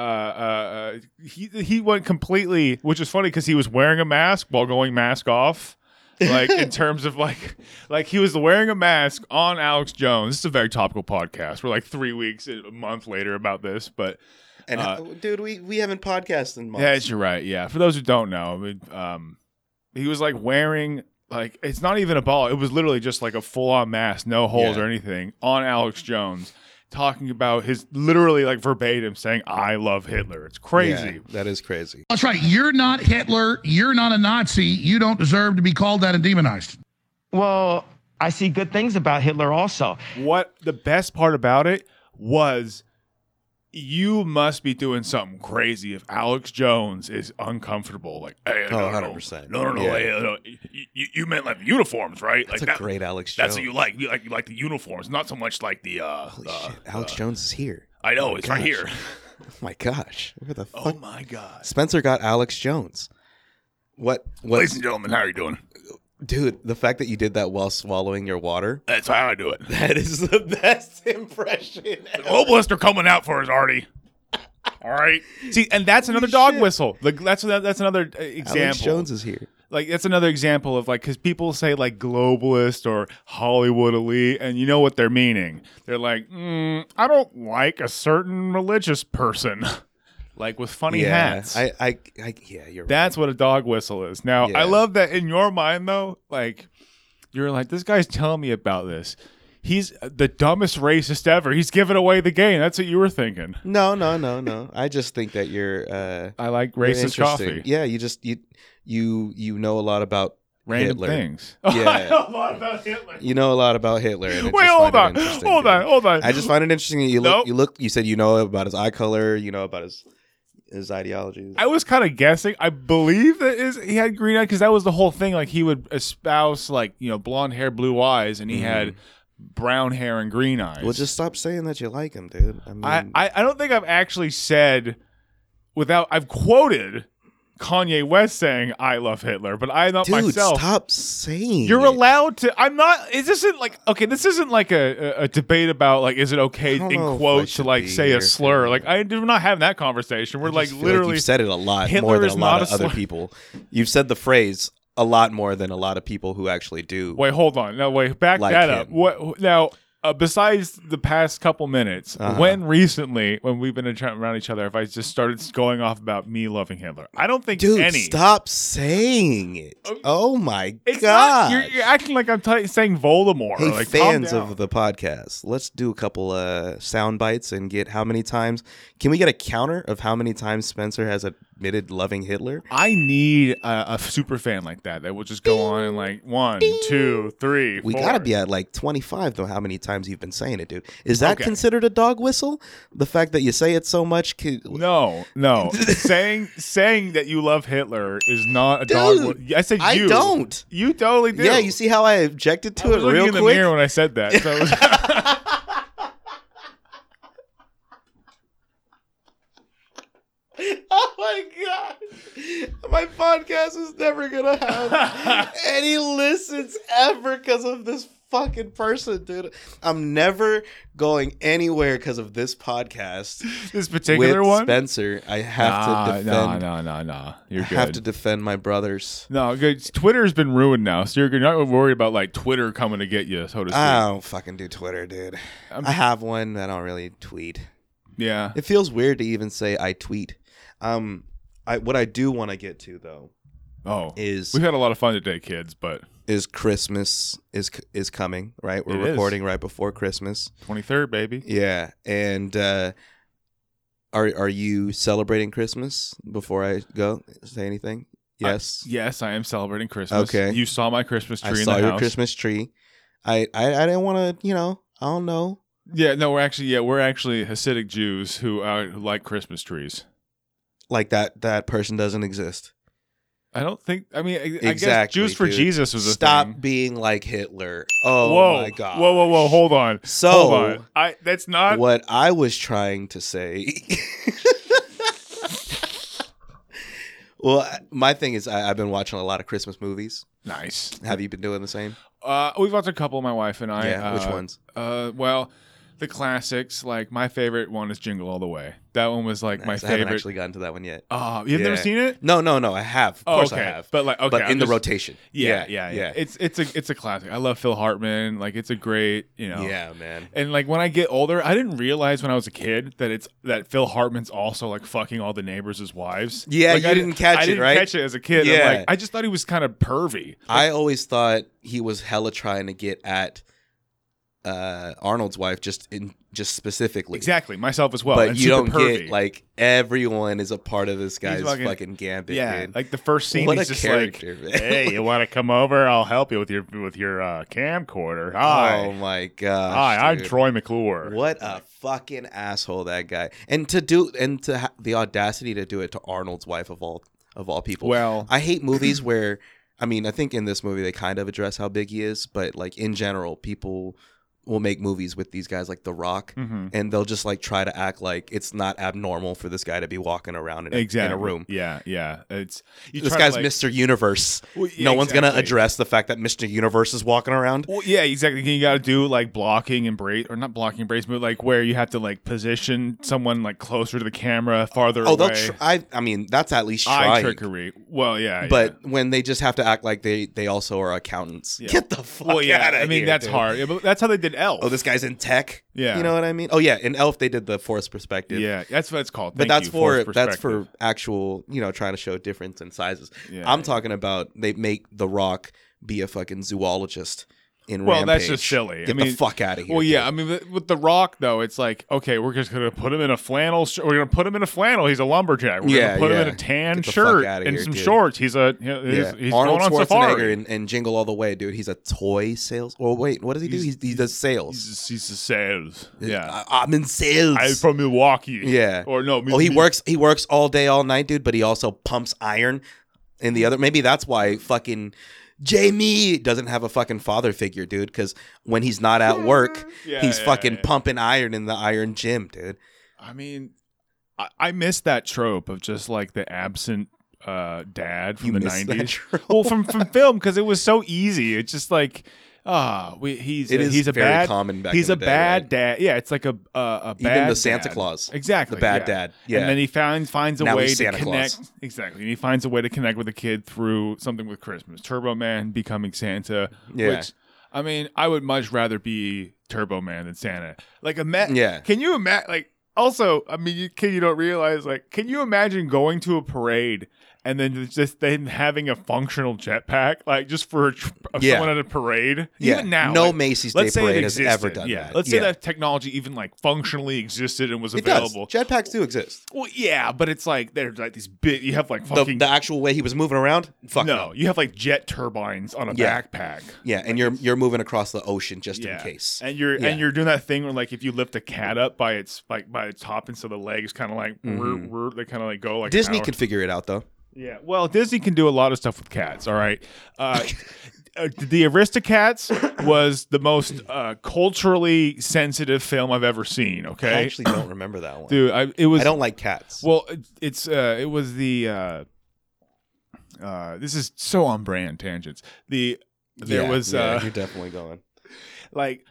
[SPEAKER 1] uh, he he went completely, which is funny because he was wearing a mask while going mask off like in terms of like like he was wearing a mask on Alex Jones. This is a very topical podcast. We're like three weeks, a month later about this, but
[SPEAKER 2] And
[SPEAKER 1] Uh,
[SPEAKER 2] dude, we we haven't podcasted in months.
[SPEAKER 1] yeah, you're right. Yeah, for those who don't know, I mean, um, he was like wearing like it's not even a ball. It was literally just like a full on mask, no holes
[SPEAKER 2] Yeah.
[SPEAKER 1] or anything, on Alex Jones. Talking about his literally like verbatim saying, I love Hitler. It's crazy.
[SPEAKER 2] Yeah, that is crazy.
[SPEAKER 4] That's right. You're not Hitler. You're not a Nazi. You don't deserve to be called that and demonized.
[SPEAKER 5] Well, I see good things about Hitler also.
[SPEAKER 1] what the best part about it was you must be doing something crazy if Alex Jones is uncomfortable. Like, hey, no,
[SPEAKER 2] Oh,
[SPEAKER 1] no,
[SPEAKER 2] 100%.
[SPEAKER 1] No, no, no.
[SPEAKER 2] Yeah.
[SPEAKER 1] hey, no, no. You, you- you meant like the uniforms, right?
[SPEAKER 2] That's
[SPEAKER 1] like
[SPEAKER 2] a
[SPEAKER 1] that-
[SPEAKER 2] great Alex Jones.
[SPEAKER 1] That's what you like. You like you like the uniforms, not so much like the. uh,
[SPEAKER 2] Holy
[SPEAKER 1] uh,
[SPEAKER 2] shit. Alex Jones is here.
[SPEAKER 1] I know it's right
[SPEAKER 2] gosh.
[SPEAKER 1] here.
[SPEAKER 2] Oh my gosh. Where the
[SPEAKER 1] Oh
[SPEAKER 2] fuck?
[SPEAKER 1] my god,
[SPEAKER 2] Spencer got Alex Jones. What? What?
[SPEAKER 1] ladies and gentlemen, how are you doing?
[SPEAKER 2] Dude, the fact that you did that while swallowing your water.
[SPEAKER 1] That's how I do it.
[SPEAKER 2] That is the best impression. ever.
[SPEAKER 1] Globalists are coming out for us, Artie. All right. See, and that's another dog
[SPEAKER 2] shit.
[SPEAKER 1] whistle. Like, that's that's another uh, example.
[SPEAKER 2] Alex Jones is here.
[SPEAKER 1] like that's another example of like because people say like globalist or Hollywood elite, and you know what they're meaning. They're like, mm, I don't like a certain religious person, like with funny hats.
[SPEAKER 2] I, I, I, yeah, you're right.
[SPEAKER 1] that's what a dog whistle is. Now,
[SPEAKER 2] Yeah.
[SPEAKER 1] I love that in your mind though. Like you're like, this guy's telling me about this. He's the dumbest racist ever. He's giving away the game. That's what you were thinking.
[SPEAKER 2] No, no, no, no. I just think that you're uh,
[SPEAKER 1] I like
[SPEAKER 2] you're
[SPEAKER 1] racist
[SPEAKER 2] interesting.
[SPEAKER 1] coffee.
[SPEAKER 2] Yeah, you just you you you know a lot about
[SPEAKER 1] Random
[SPEAKER 2] Hitler.
[SPEAKER 1] things.
[SPEAKER 2] Yeah.
[SPEAKER 1] I know a lot about Hitler.
[SPEAKER 2] You know a lot about Hitler. And I
[SPEAKER 1] Wait,
[SPEAKER 2] just
[SPEAKER 1] hold on,
[SPEAKER 2] find it interesting,
[SPEAKER 1] hold
[SPEAKER 2] dude.
[SPEAKER 1] on, hold on.
[SPEAKER 2] I just find it interesting. that You look,
[SPEAKER 1] Nope.
[SPEAKER 2] you look. You said you know about his eye color. You know about his his ideologies.
[SPEAKER 1] I was kind of guessing. I believe that is he had green eyes because that was the whole thing. Like he would espouse like you know blonde hair, blue eyes, and he had brown hair and green eyes.
[SPEAKER 2] Mm-hmm. well, just stop saying that you like him, dude. I mean,
[SPEAKER 1] I, I I don't think I've actually said without I've quoted Kanye West saying I love Hitler, but I not
[SPEAKER 2] dude,
[SPEAKER 1] myself.
[SPEAKER 2] stop saying.
[SPEAKER 1] You're
[SPEAKER 2] it.
[SPEAKER 1] allowed to. I'm not. It isn't like okay. This isn't like a, a, a debate about like is it okay
[SPEAKER 2] I don't know if I
[SPEAKER 1] in quotes to
[SPEAKER 2] should
[SPEAKER 1] like
[SPEAKER 2] be
[SPEAKER 1] say
[SPEAKER 2] here.
[SPEAKER 1] a slur. Like I do not have that conversation. We're
[SPEAKER 2] I
[SPEAKER 1] like
[SPEAKER 2] just feel
[SPEAKER 1] literally
[SPEAKER 2] you've said it a lot
[SPEAKER 1] Hitler
[SPEAKER 2] more than
[SPEAKER 1] is
[SPEAKER 2] a lot
[SPEAKER 1] not
[SPEAKER 2] of
[SPEAKER 1] a
[SPEAKER 2] other
[SPEAKER 1] slur.
[SPEAKER 2] people. You've said the phrase a lot more than a lot of people who actually do.
[SPEAKER 1] Wait, hold on. No, wait. Back
[SPEAKER 2] Like
[SPEAKER 1] that
[SPEAKER 2] him.
[SPEAKER 1] up. What now? Uh, besides the past couple minutes,
[SPEAKER 2] Uh-huh.
[SPEAKER 1] when recently, when we've been in- around each other, if I just started going off about me loving Hitler, I don't think
[SPEAKER 2] Dude,
[SPEAKER 1] any.
[SPEAKER 2] stop saying it.
[SPEAKER 1] Um,
[SPEAKER 2] Oh my
[SPEAKER 1] It's not.
[SPEAKER 2] god.
[SPEAKER 1] You're, you're acting like I'm t- saying Voldemort.
[SPEAKER 2] hey,
[SPEAKER 1] like, calm
[SPEAKER 2] fans
[SPEAKER 1] down.
[SPEAKER 2] of the podcast, let's do a couple uh sound bites and get how many times can we get a counter of how many times Spencer has admitted loving Hitler?
[SPEAKER 1] I need a, a super fan like that that will just go on and like one, two, three.
[SPEAKER 2] We
[SPEAKER 1] four.
[SPEAKER 2] gotta be at like twenty five though. How many times you've been saying it, dude? Is that
[SPEAKER 1] Okay.
[SPEAKER 2] considered a dog whistle? The fact that you say it so much, can,
[SPEAKER 1] No, no. saying saying that you love Hitler is not a dog.
[SPEAKER 2] Dude,
[SPEAKER 1] I said
[SPEAKER 2] I
[SPEAKER 1] you
[SPEAKER 2] don't.
[SPEAKER 1] You totally do.
[SPEAKER 2] yeah. You see how I objected to
[SPEAKER 1] I
[SPEAKER 2] it
[SPEAKER 1] was looking
[SPEAKER 2] real
[SPEAKER 1] in the
[SPEAKER 2] quick.
[SPEAKER 1] mirror when I said that. So it was-
[SPEAKER 2] Oh my god. My podcast is never gonna have any listens ever because of this fucking person, dude. I'm never going anywhere because of this podcast.
[SPEAKER 1] this particular
[SPEAKER 2] with
[SPEAKER 1] one.
[SPEAKER 2] Spencer. I have to defend
[SPEAKER 1] No, no, no, no. You're
[SPEAKER 2] I
[SPEAKER 1] good.
[SPEAKER 2] have to defend my brothers.
[SPEAKER 1] no, good. Twitter's been ruined now, so you're, you're not worried about like Twitter coming to get you, so to speak.
[SPEAKER 2] I don't fucking do Twitter, dude.
[SPEAKER 1] I'm-
[SPEAKER 2] I have one. I don't really tweet.
[SPEAKER 1] yeah.
[SPEAKER 2] It feels weird to even say I tweet. Um, I what I do want to get to though
[SPEAKER 1] Oh,
[SPEAKER 2] is
[SPEAKER 1] we've had a lot of fun today, kids. But
[SPEAKER 2] is Christmas is is coming, right? We're
[SPEAKER 1] It is.
[SPEAKER 2] recording right before Christmas.
[SPEAKER 1] 23rd, baby.
[SPEAKER 2] Yeah, and uh, are are you celebrating Christmas? Before I go, say anything. Yes,
[SPEAKER 1] Yes, I am celebrating Christmas.
[SPEAKER 2] Okay.
[SPEAKER 1] You saw my Christmas
[SPEAKER 2] I,
[SPEAKER 1] tree in
[SPEAKER 2] saw
[SPEAKER 1] the
[SPEAKER 2] your
[SPEAKER 1] house.
[SPEAKER 2] Christmas tree. I I, I didn't want to, you know. I don't know.
[SPEAKER 1] Yeah, no, we're actually yeah, we're actually Hasidic Jews who, uh, who like Christmas trees.
[SPEAKER 2] Like that that person doesn't exist.
[SPEAKER 1] I don't think. I mean, I, I guess
[SPEAKER 2] Exactly,
[SPEAKER 1] Jews for
[SPEAKER 2] dude.
[SPEAKER 1] Jesus was a
[SPEAKER 2] Stop
[SPEAKER 1] thing.
[SPEAKER 2] being like Hitler. Oh
[SPEAKER 1] whoa,
[SPEAKER 2] my god.
[SPEAKER 1] whoa, whoa, whoa! Hold on,
[SPEAKER 2] So
[SPEAKER 1] hold on. I that's not.
[SPEAKER 2] what I was trying to say. well, I- my thing is, I, I've been watching a lot of Christmas movies.
[SPEAKER 1] Nice.
[SPEAKER 2] Have you been doing the same?
[SPEAKER 1] Uh, we've watched a couple, my wife and I.
[SPEAKER 2] yeah.
[SPEAKER 1] uh,
[SPEAKER 2] Which ones?
[SPEAKER 1] Uh, well, the classics. Like my favorite one is Jingle All the Way. That one was like my
[SPEAKER 2] Nice. I haven't
[SPEAKER 1] favorite.
[SPEAKER 2] actually gotten to that one yet.
[SPEAKER 1] Oh, you've never
[SPEAKER 2] Yeah.
[SPEAKER 1] seen it?
[SPEAKER 2] No, no, no. I have. Of
[SPEAKER 1] Oh,
[SPEAKER 2] course
[SPEAKER 1] okay.
[SPEAKER 2] I have.
[SPEAKER 1] But like, okay,
[SPEAKER 2] but
[SPEAKER 1] I'm
[SPEAKER 2] in the
[SPEAKER 1] just-
[SPEAKER 2] rotation.
[SPEAKER 1] Yeah, yeah, yeah,
[SPEAKER 2] Yeah,
[SPEAKER 1] It's it's a it's a classic. I love Phil Hartman. Like it's a great, you know.
[SPEAKER 2] Yeah, man.
[SPEAKER 1] And like when I get older, I didn't realize when I was a kid that it's that Phil Hartman's also like fucking all the neighbors' as wives.
[SPEAKER 2] Yeah,
[SPEAKER 1] Like,
[SPEAKER 2] you
[SPEAKER 1] I
[SPEAKER 2] didn't catch
[SPEAKER 1] I
[SPEAKER 2] it,
[SPEAKER 1] didn't
[SPEAKER 2] right?
[SPEAKER 1] Catch it as a kid. I'm
[SPEAKER 2] Yeah.
[SPEAKER 1] like, I just thought he was kind of pervy.
[SPEAKER 2] I always thought he was hella trying to get at uh, Arnold's wife, just in just specifically.
[SPEAKER 1] Exactly, myself as well.
[SPEAKER 2] but
[SPEAKER 1] and
[SPEAKER 2] you
[SPEAKER 1] super
[SPEAKER 2] don't
[SPEAKER 1] pervy.
[SPEAKER 2] get like everyone is a part of this guy's
[SPEAKER 1] fucking-
[SPEAKER 2] fucking, gambit.
[SPEAKER 1] yeah,
[SPEAKER 2] dude.
[SPEAKER 1] like the first scene,
[SPEAKER 2] What
[SPEAKER 1] he's
[SPEAKER 2] a
[SPEAKER 1] just
[SPEAKER 2] character,
[SPEAKER 1] like,
[SPEAKER 2] man.
[SPEAKER 1] "Hey, you want to come over? I'll help you with your with your uh, camcorder."
[SPEAKER 2] oh
[SPEAKER 1] Hi,
[SPEAKER 2] my gosh.
[SPEAKER 1] hi, I'm
[SPEAKER 2] dude.
[SPEAKER 1] Troy McClure.
[SPEAKER 2] What a fucking asshole that guy. And to do and to ha- the audacity to do it to Arnold's wife of all of all people.
[SPEAKER 1] Well,
[SPEAKER 2] I hate movies where I mean, I think in this movie they kind of address how big he is, but like in general, people will make movies with these guys like The Rock
[SPEAKER 1] mhm.
[SPEAKER 2] and they'll just like try to act like it's not abnormal for this guy to be walking around in a,
[SPEAKER 1] exactly
[SPEAKER 2] in a room.
[SPEAKER 1] Yeah, yeah. It's you
[SPEAKER 2] This
[SPEAKER 1] try to,
[SPEAKER 2] guy's
[SPEAKER 1] like-
[SPEAKER 2] Mr. Universe.
[SPEAKER 1] Well, yeah,
[SPEAKER 2] no one's going to
[SPEAKER 1] exactly.
[SPEAKER 2] address the fact that Mr. Universe is walking around.
[SPEAKER 1] Well, yeah, exactly. You got to do like blocking and brace, or not blocking and brace, but like where you have to like position someone like closer to the camera, farther
[SPEAKER 2] Oh, they'll
[SPEAKER 1] away.
[SPEAKER 2] tr- I, I mean, that's at least
[SPEAKER 1] Eye
[SPEAKER 2] trying.
[SPEAKER 1] trickery. Well, yeah,
[SPEAKER 2] But when they just have to act like they, they also are accountants,
[SPEAKER 1] Yeah.
[SPEAKER 2] get the fuck
[SPEAKER 1] yeah. well, yeah.
[SPEAKER 2] out of
[SPEAKER 1] I mean,
[SPEAKER 2] here,
[SPEAKER 1] that's
[SPEAKER 2] dude.
[SPEAKER 1] hard. Yeah, but that's how they did Elf.
[SPEAKER 2] Oh, this guy's in tech.
[SPEAKER 1] Yeah.
[SPEAKER 2] you know what I mean. Oh yeah, in Elf they did the forced perspective.
[SPEAKER 1] Yeah, that's what it's called.
[SPEAKER 2] but
[SPEAKER 1] Thank
[SPEAKER 2] that's
[SPEAKER 1] you,
[SPEAKER 2] for
[SPEAKER 1] forced
[SPEAKER 2] that's for
[SPEAKER 1] perspective.
[SPEAKER 2] actual you know trying to show difference in sizes.
[SPEAKER 1] Yeah.
[SPEAKER 2] I'm talking about they make The Rock be a fucking zoologist in
[SPEAKER 1] Well, that's
[SPEAKER 2] Rampage.
[SPEAKER 1] just silly. I
[SPEAKER 2] Get
[SPEAKER 1] mean-
[SPEAKER 2] the fuck out of here.
[SPEAKER 1] Well, yeah, I mean, with- with The Rock though, it's like okay, we're just gonna put him in a flannel. Sh- we're gonna put him in a flannel. He's a lumberjack. We're
[SPEAKER 2] Yeah,
[SPEAKER 1] gonna put
[SPEAKER 2] yeah.
[SPEAKER 1] him in a tan
[SPEAKER 2] Get the fuck
[SPEAKER 1] shirt
[SPEAKER 2] outta
[SPEAKER 1] and
[SPEAKER 2] here,
[SPEAKER 1] some
[SPEAKER 2] dude.
[SPEAKER 1] shorts. He's a he's,
[SPEAKER 2] Yeah.
[SPEAKER 1] he's
[SPEAKER 2] Arnold
[SPEAKER 1] going on
[SPEAKER 2] Schwarzenegger
[SPEAKER 1] safari.
[SPEAKER 2] and, and Jingle All the Way, dude. He's a toy sales. Well, wait, what does he do?
[SPEAKER 1] He's-
[SPEAKER 2] He's, he does sales.
[SPEAKER 1] he's, he's the sales. Yeah,
[SPEAKER 2] I, am in sales.
[SPEAKER 1] I'm from Milwaukee.
[SPEAKER 2] yeah.
[SPEAKER 1] Or no,
[SPEAKER 2] oh, he
[SPEAKER 1] Mi-
[SPEAKER 2] works. He works all day, all night, dude. But he also pumps iron. In the other, maybe that's why fucking Jamie doesn't have a fucking father figure, dude. Because when he's not at work,
[SPEAKER 1] Yeah,
[SPEAKER 2] he's
[SPEAKER 1] yeah,
[SPEAKER 2] fucking
[SPEAKER 1] yeah.
[SPEAKER 2] pumping iron in the iron gym, dude.
[SPEAKER 1] I mean, I, I miss that trope of just like the absent uh, dad from
[SPEAKER 2] You
[SPEAKER 1] the
[SPEAKER 2] miss that
[SPEAKER 1] nineties.
[SPEAKER 2] trope.
[SPEAKER 1] Well, from from film because it was so easy. It's just like ah, we, he's
[SPEAKER 2] It
[SPEAKER 1] a,
[SPEAKER 2] is
[SPEAKER 1] he's a
[SPEAKER 2] very
[SPEAKER 1] bad
[SPEAKER 2] common back
[SPEAKER 1] he's
[SPEAKER 2] in
[SPEAKER 1] a
[SPEAKER 2] the day,
[SPEAKER 1] bad
[SPEAKER 2] right?
[SPEAKER 1] dad. Yeah, it's like a uh, a
[SPEAKER 2] Even
[SPEAKER 1] bad
[SPEAKER 2] the Santa
[SPEAKER 1] dad.
[SPEAKER 2] Claus,
[SPEAKER 1] exactly
[SPEAKER 2] the bad
[SPEAKER 1] yeah.
[SPEAKER 2] dad, yeah.
[SPEAKER 1] and then he found finds a
[SPEAKER 2] Now
[SPEAKER 1] way
[SPEAKER 2] he's
[SPEAKER 1] to
[SPEAKER 2] Santa Claus.
[SPEAKER 1] connect exactly, and he finds a way to connect with the kid through something with Christmas. Turbo Man becoming Santa,
[SPEAKER 2] Yeah.
[SPEAKER 1] which. I mean, I would much rather be Turbo Man than Santa. Like, imagine.
[SPEAKER 2] Yeah.
[SPEAKER 1] Can you imagine? Like, also, I mean, you can you don't realize? Like, can you imagine going to a parade and then just then having a functional jetpack, like just for a tr-
[SPEAKER 2] Yeah.
[SPEAKER 1] someone at a parade?
[SPEAKER 2] Yeah.
[SPEAKER 1] Even now,
[SPEAKER 2] No
[SPEAKER 1] like,
[SPEAKER 2] Macy's
[SPEAKER 1] let's
[SPEAKER 2] Day
[SPEAKER 1] say it
[SPEAKER 2] Parade has ever
[SPEAKER 1] existed.
[SPEAKER 2] done
[SPEAKER 1] yeah.
[SPEAKER 2] that.
[SPEAKER 1] Let's say
[SPEAKER 2] Yeah.
[SPEAKER 1] that technology even like functionally existed and was
[SPEAKER 2] It
[SPEAKER 1] available.
[SPEAKER 2] does. Jetpacks do exist.
[SPEAKER 1] well, yeah, but it's like there's like these big. You have like
[SPEAKER 2] The,
[SPEAKER 1] fucking
[SPEAKER 2] the actual way he was moving around, fuck
[SPEAKER 1] no,
[SPEAKER 2] no.
[SPEAKER 1] you have like jet turbines on a
[SPEAKER 2] Yeah.
[SPEAKER 1] backpack.
[SPEAKER 2] Yeah, and you're you're moving across the ocean just in case.
[SPEAKER 1] And you're
[SPEAKER 2] Yeah.
[SPEAKER 1] and you're doing that thing where like if you lift a cat up by its like by its top and so the legs kind of like rrr, rrr, they kind of like go like an
[SPEAKER 2] Mm-hmm. Disney
[SPEAKER 1] hour.
[SPEAKER 2] can figure it out though.
[SPEAKER 1] yeah well Disney can do a lot of stuff with cats all right uh, uh, the Aristocats was the most uh, culturally sensitive film I've ever seen okay
[SPEAKER 2] I actually don't remember that one.
[SPEAKER 1] dude I, it was
[SPEAKER 2] I don't like cats.
[SPEAKER 1] well it, it's uh, it was the uh, uh, this is so on brand tangents the there
[SPEAKER 2] Yeah,
[SPEAKER 1] was
[SPEAKER 2] yeah,
[SPEAKER 1] uh,
[SPEAKER 2] you're definitely going.
[SPEAKER 1] like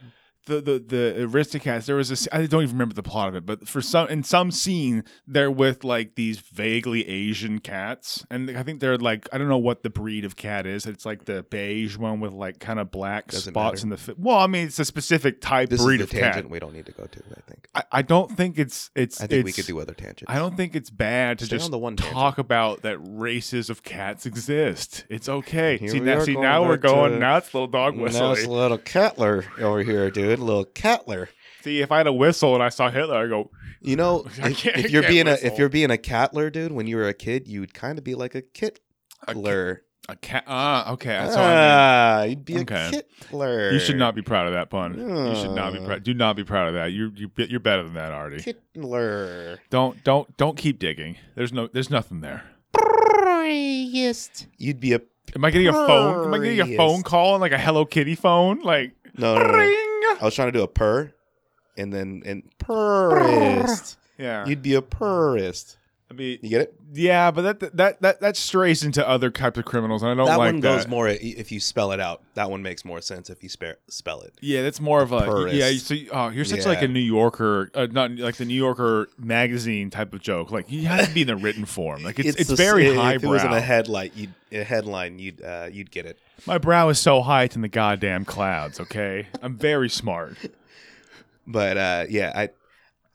[SPEAKER 1] the the the aristocrats there was this i don't even remember the plot of it but for some in some scene they're with like these vaguely asian cats and i think they're like i don't know what the breed of cat is it's like the beige one with like kind of black
[SPEAKER 2] Doesn't
[SPEAKER 1] spots
[SPEAKER 2] matter.
[SPEAKER 1] in the fi- well i mean it's a specific type
[SPEAKER 2] This
[SPEAKER 1] breed
[SPEAKER 2] is the
[SPEAKER 1] of
[SPEAKER 2] tangent
[SPEAKER 1] cat
[SPEAKER 2] we don't need to go to. I think.
[SPEAKER 1] I, I don't think it's it's
[SPEAKER 2] I think we
[SPEAKER 1] it's-
[SPEAKER 2] could do other tangents.
[SPEAKER 1] I don't think it's bad to
[SPEAKER 2] Stay
[SPEAKER 1] just
[SPEAKER 2] on the one tangent.
[SPEAKER 1] talk about that races of cats exist. It's okay.
[SPEAKER 2] Here
[SPEAKER 1] See
[SPEAKER 2] we
[SPEAKER 1] now,
[SPEAKER 2] are
[SPEAKER 1] see
[SPEAKER 2] going
[SPEAKER 1] now we're
[SPEAKER 2] back to-
[SPEAKER 1] going nuts, little dog
[SPEAKER 2] Now
[SPEAKER 1] whistle.
[SPEAKER 2] it's a little Kettler over here, dude. A little Kettler.
[SPEAKER 1] See, if I had a whistle and I saw Hitler, I go,
[SPEAKER 2] You know,
[SPEAKER 1] I
[SPEAKER 2] if,
[SPEAKER 1] can't- I
[SPEAKER 2] if you're
[SPEAKER 1] can't
[SPEAKER 2] being a if
[SPEAKER 1] whistle.
[SPEAKER 2] you're being a Kettler, dude, when you were a kid, you'd kind of be like a
[SPEAKER 1] A ki-
[SPEAKER 2] Kittler.
[SPEAKER 1] a cat. Ah, okay. That's what I
[SPEAKER 2] ah, you'd be
[SPEAKER 1] Okay.
[SPEAKER 2] a Kittler.
[SPEAKER 1] mean. You should not be proud of that pun. You should not be
[SPEAKER 2] Yeah.
[SPEAKER 1] proud. Do not be proud of that. You you you're better than that, Artie.
[SPEAKER 2] Kittler.
[SPEAKER 1] Don't don't don't keep digging. There's no there's nothing there.
[SPEAKER 2] You'd be a
[SPEAKER 1] Am I getting a phone? Am I getting a phone
[SPEAKER 2] Purriest.
[SPEAKER 1] call on like a Hello Kitty phone? Like
[SPEAKER 2] no. no, no, no.
[SPEAKER 1] ring.
[SPEAKER 2] I was trying to do a purr, and then and purrist.
[SPEAKER 1] Yeah.
[SPEAKER 2] You'd be a purrist.
[SPEAKER 1] I mean,
[SPEAKER 2] You get it?
[SPEAKER 1] yeah, but that that that that strays into other types of criminals, and I don't
[SPEAKER 2] that
[SPEAKER 1] like
[SPEAKER 2] one
[SPEAKER 1] that.
[SPEAKER 2] goes more i- if you spell it out. That one makes more sense if you spare, spell it.
[SPEAKER 1] Yeah, that's more of a
[SPEAKER 2] Purist.
[SPEAKER 1] yeah. So you- oh, you're such like
[SPEAKER 2] Yeah.
[SPEAKER 1] a New Yorker, uh, not like the New Yorker magazine type of joke. Like you have to be in the written form. Like it's it's,
[SPEAKER 2] the s-
[SPEAKER 1] very
[SPEAKER 2] if If it was in
[SPEAKER 1] highbrow.
[SPEAKER 2] a headlight, you'd, a headline, you'd uh, you'd get it.
[SPEAKER 1] My brow is so high it's in the goddamn clouds. Okay, I'm very smart.
[SPEAKER 2] But uh, yeah, I.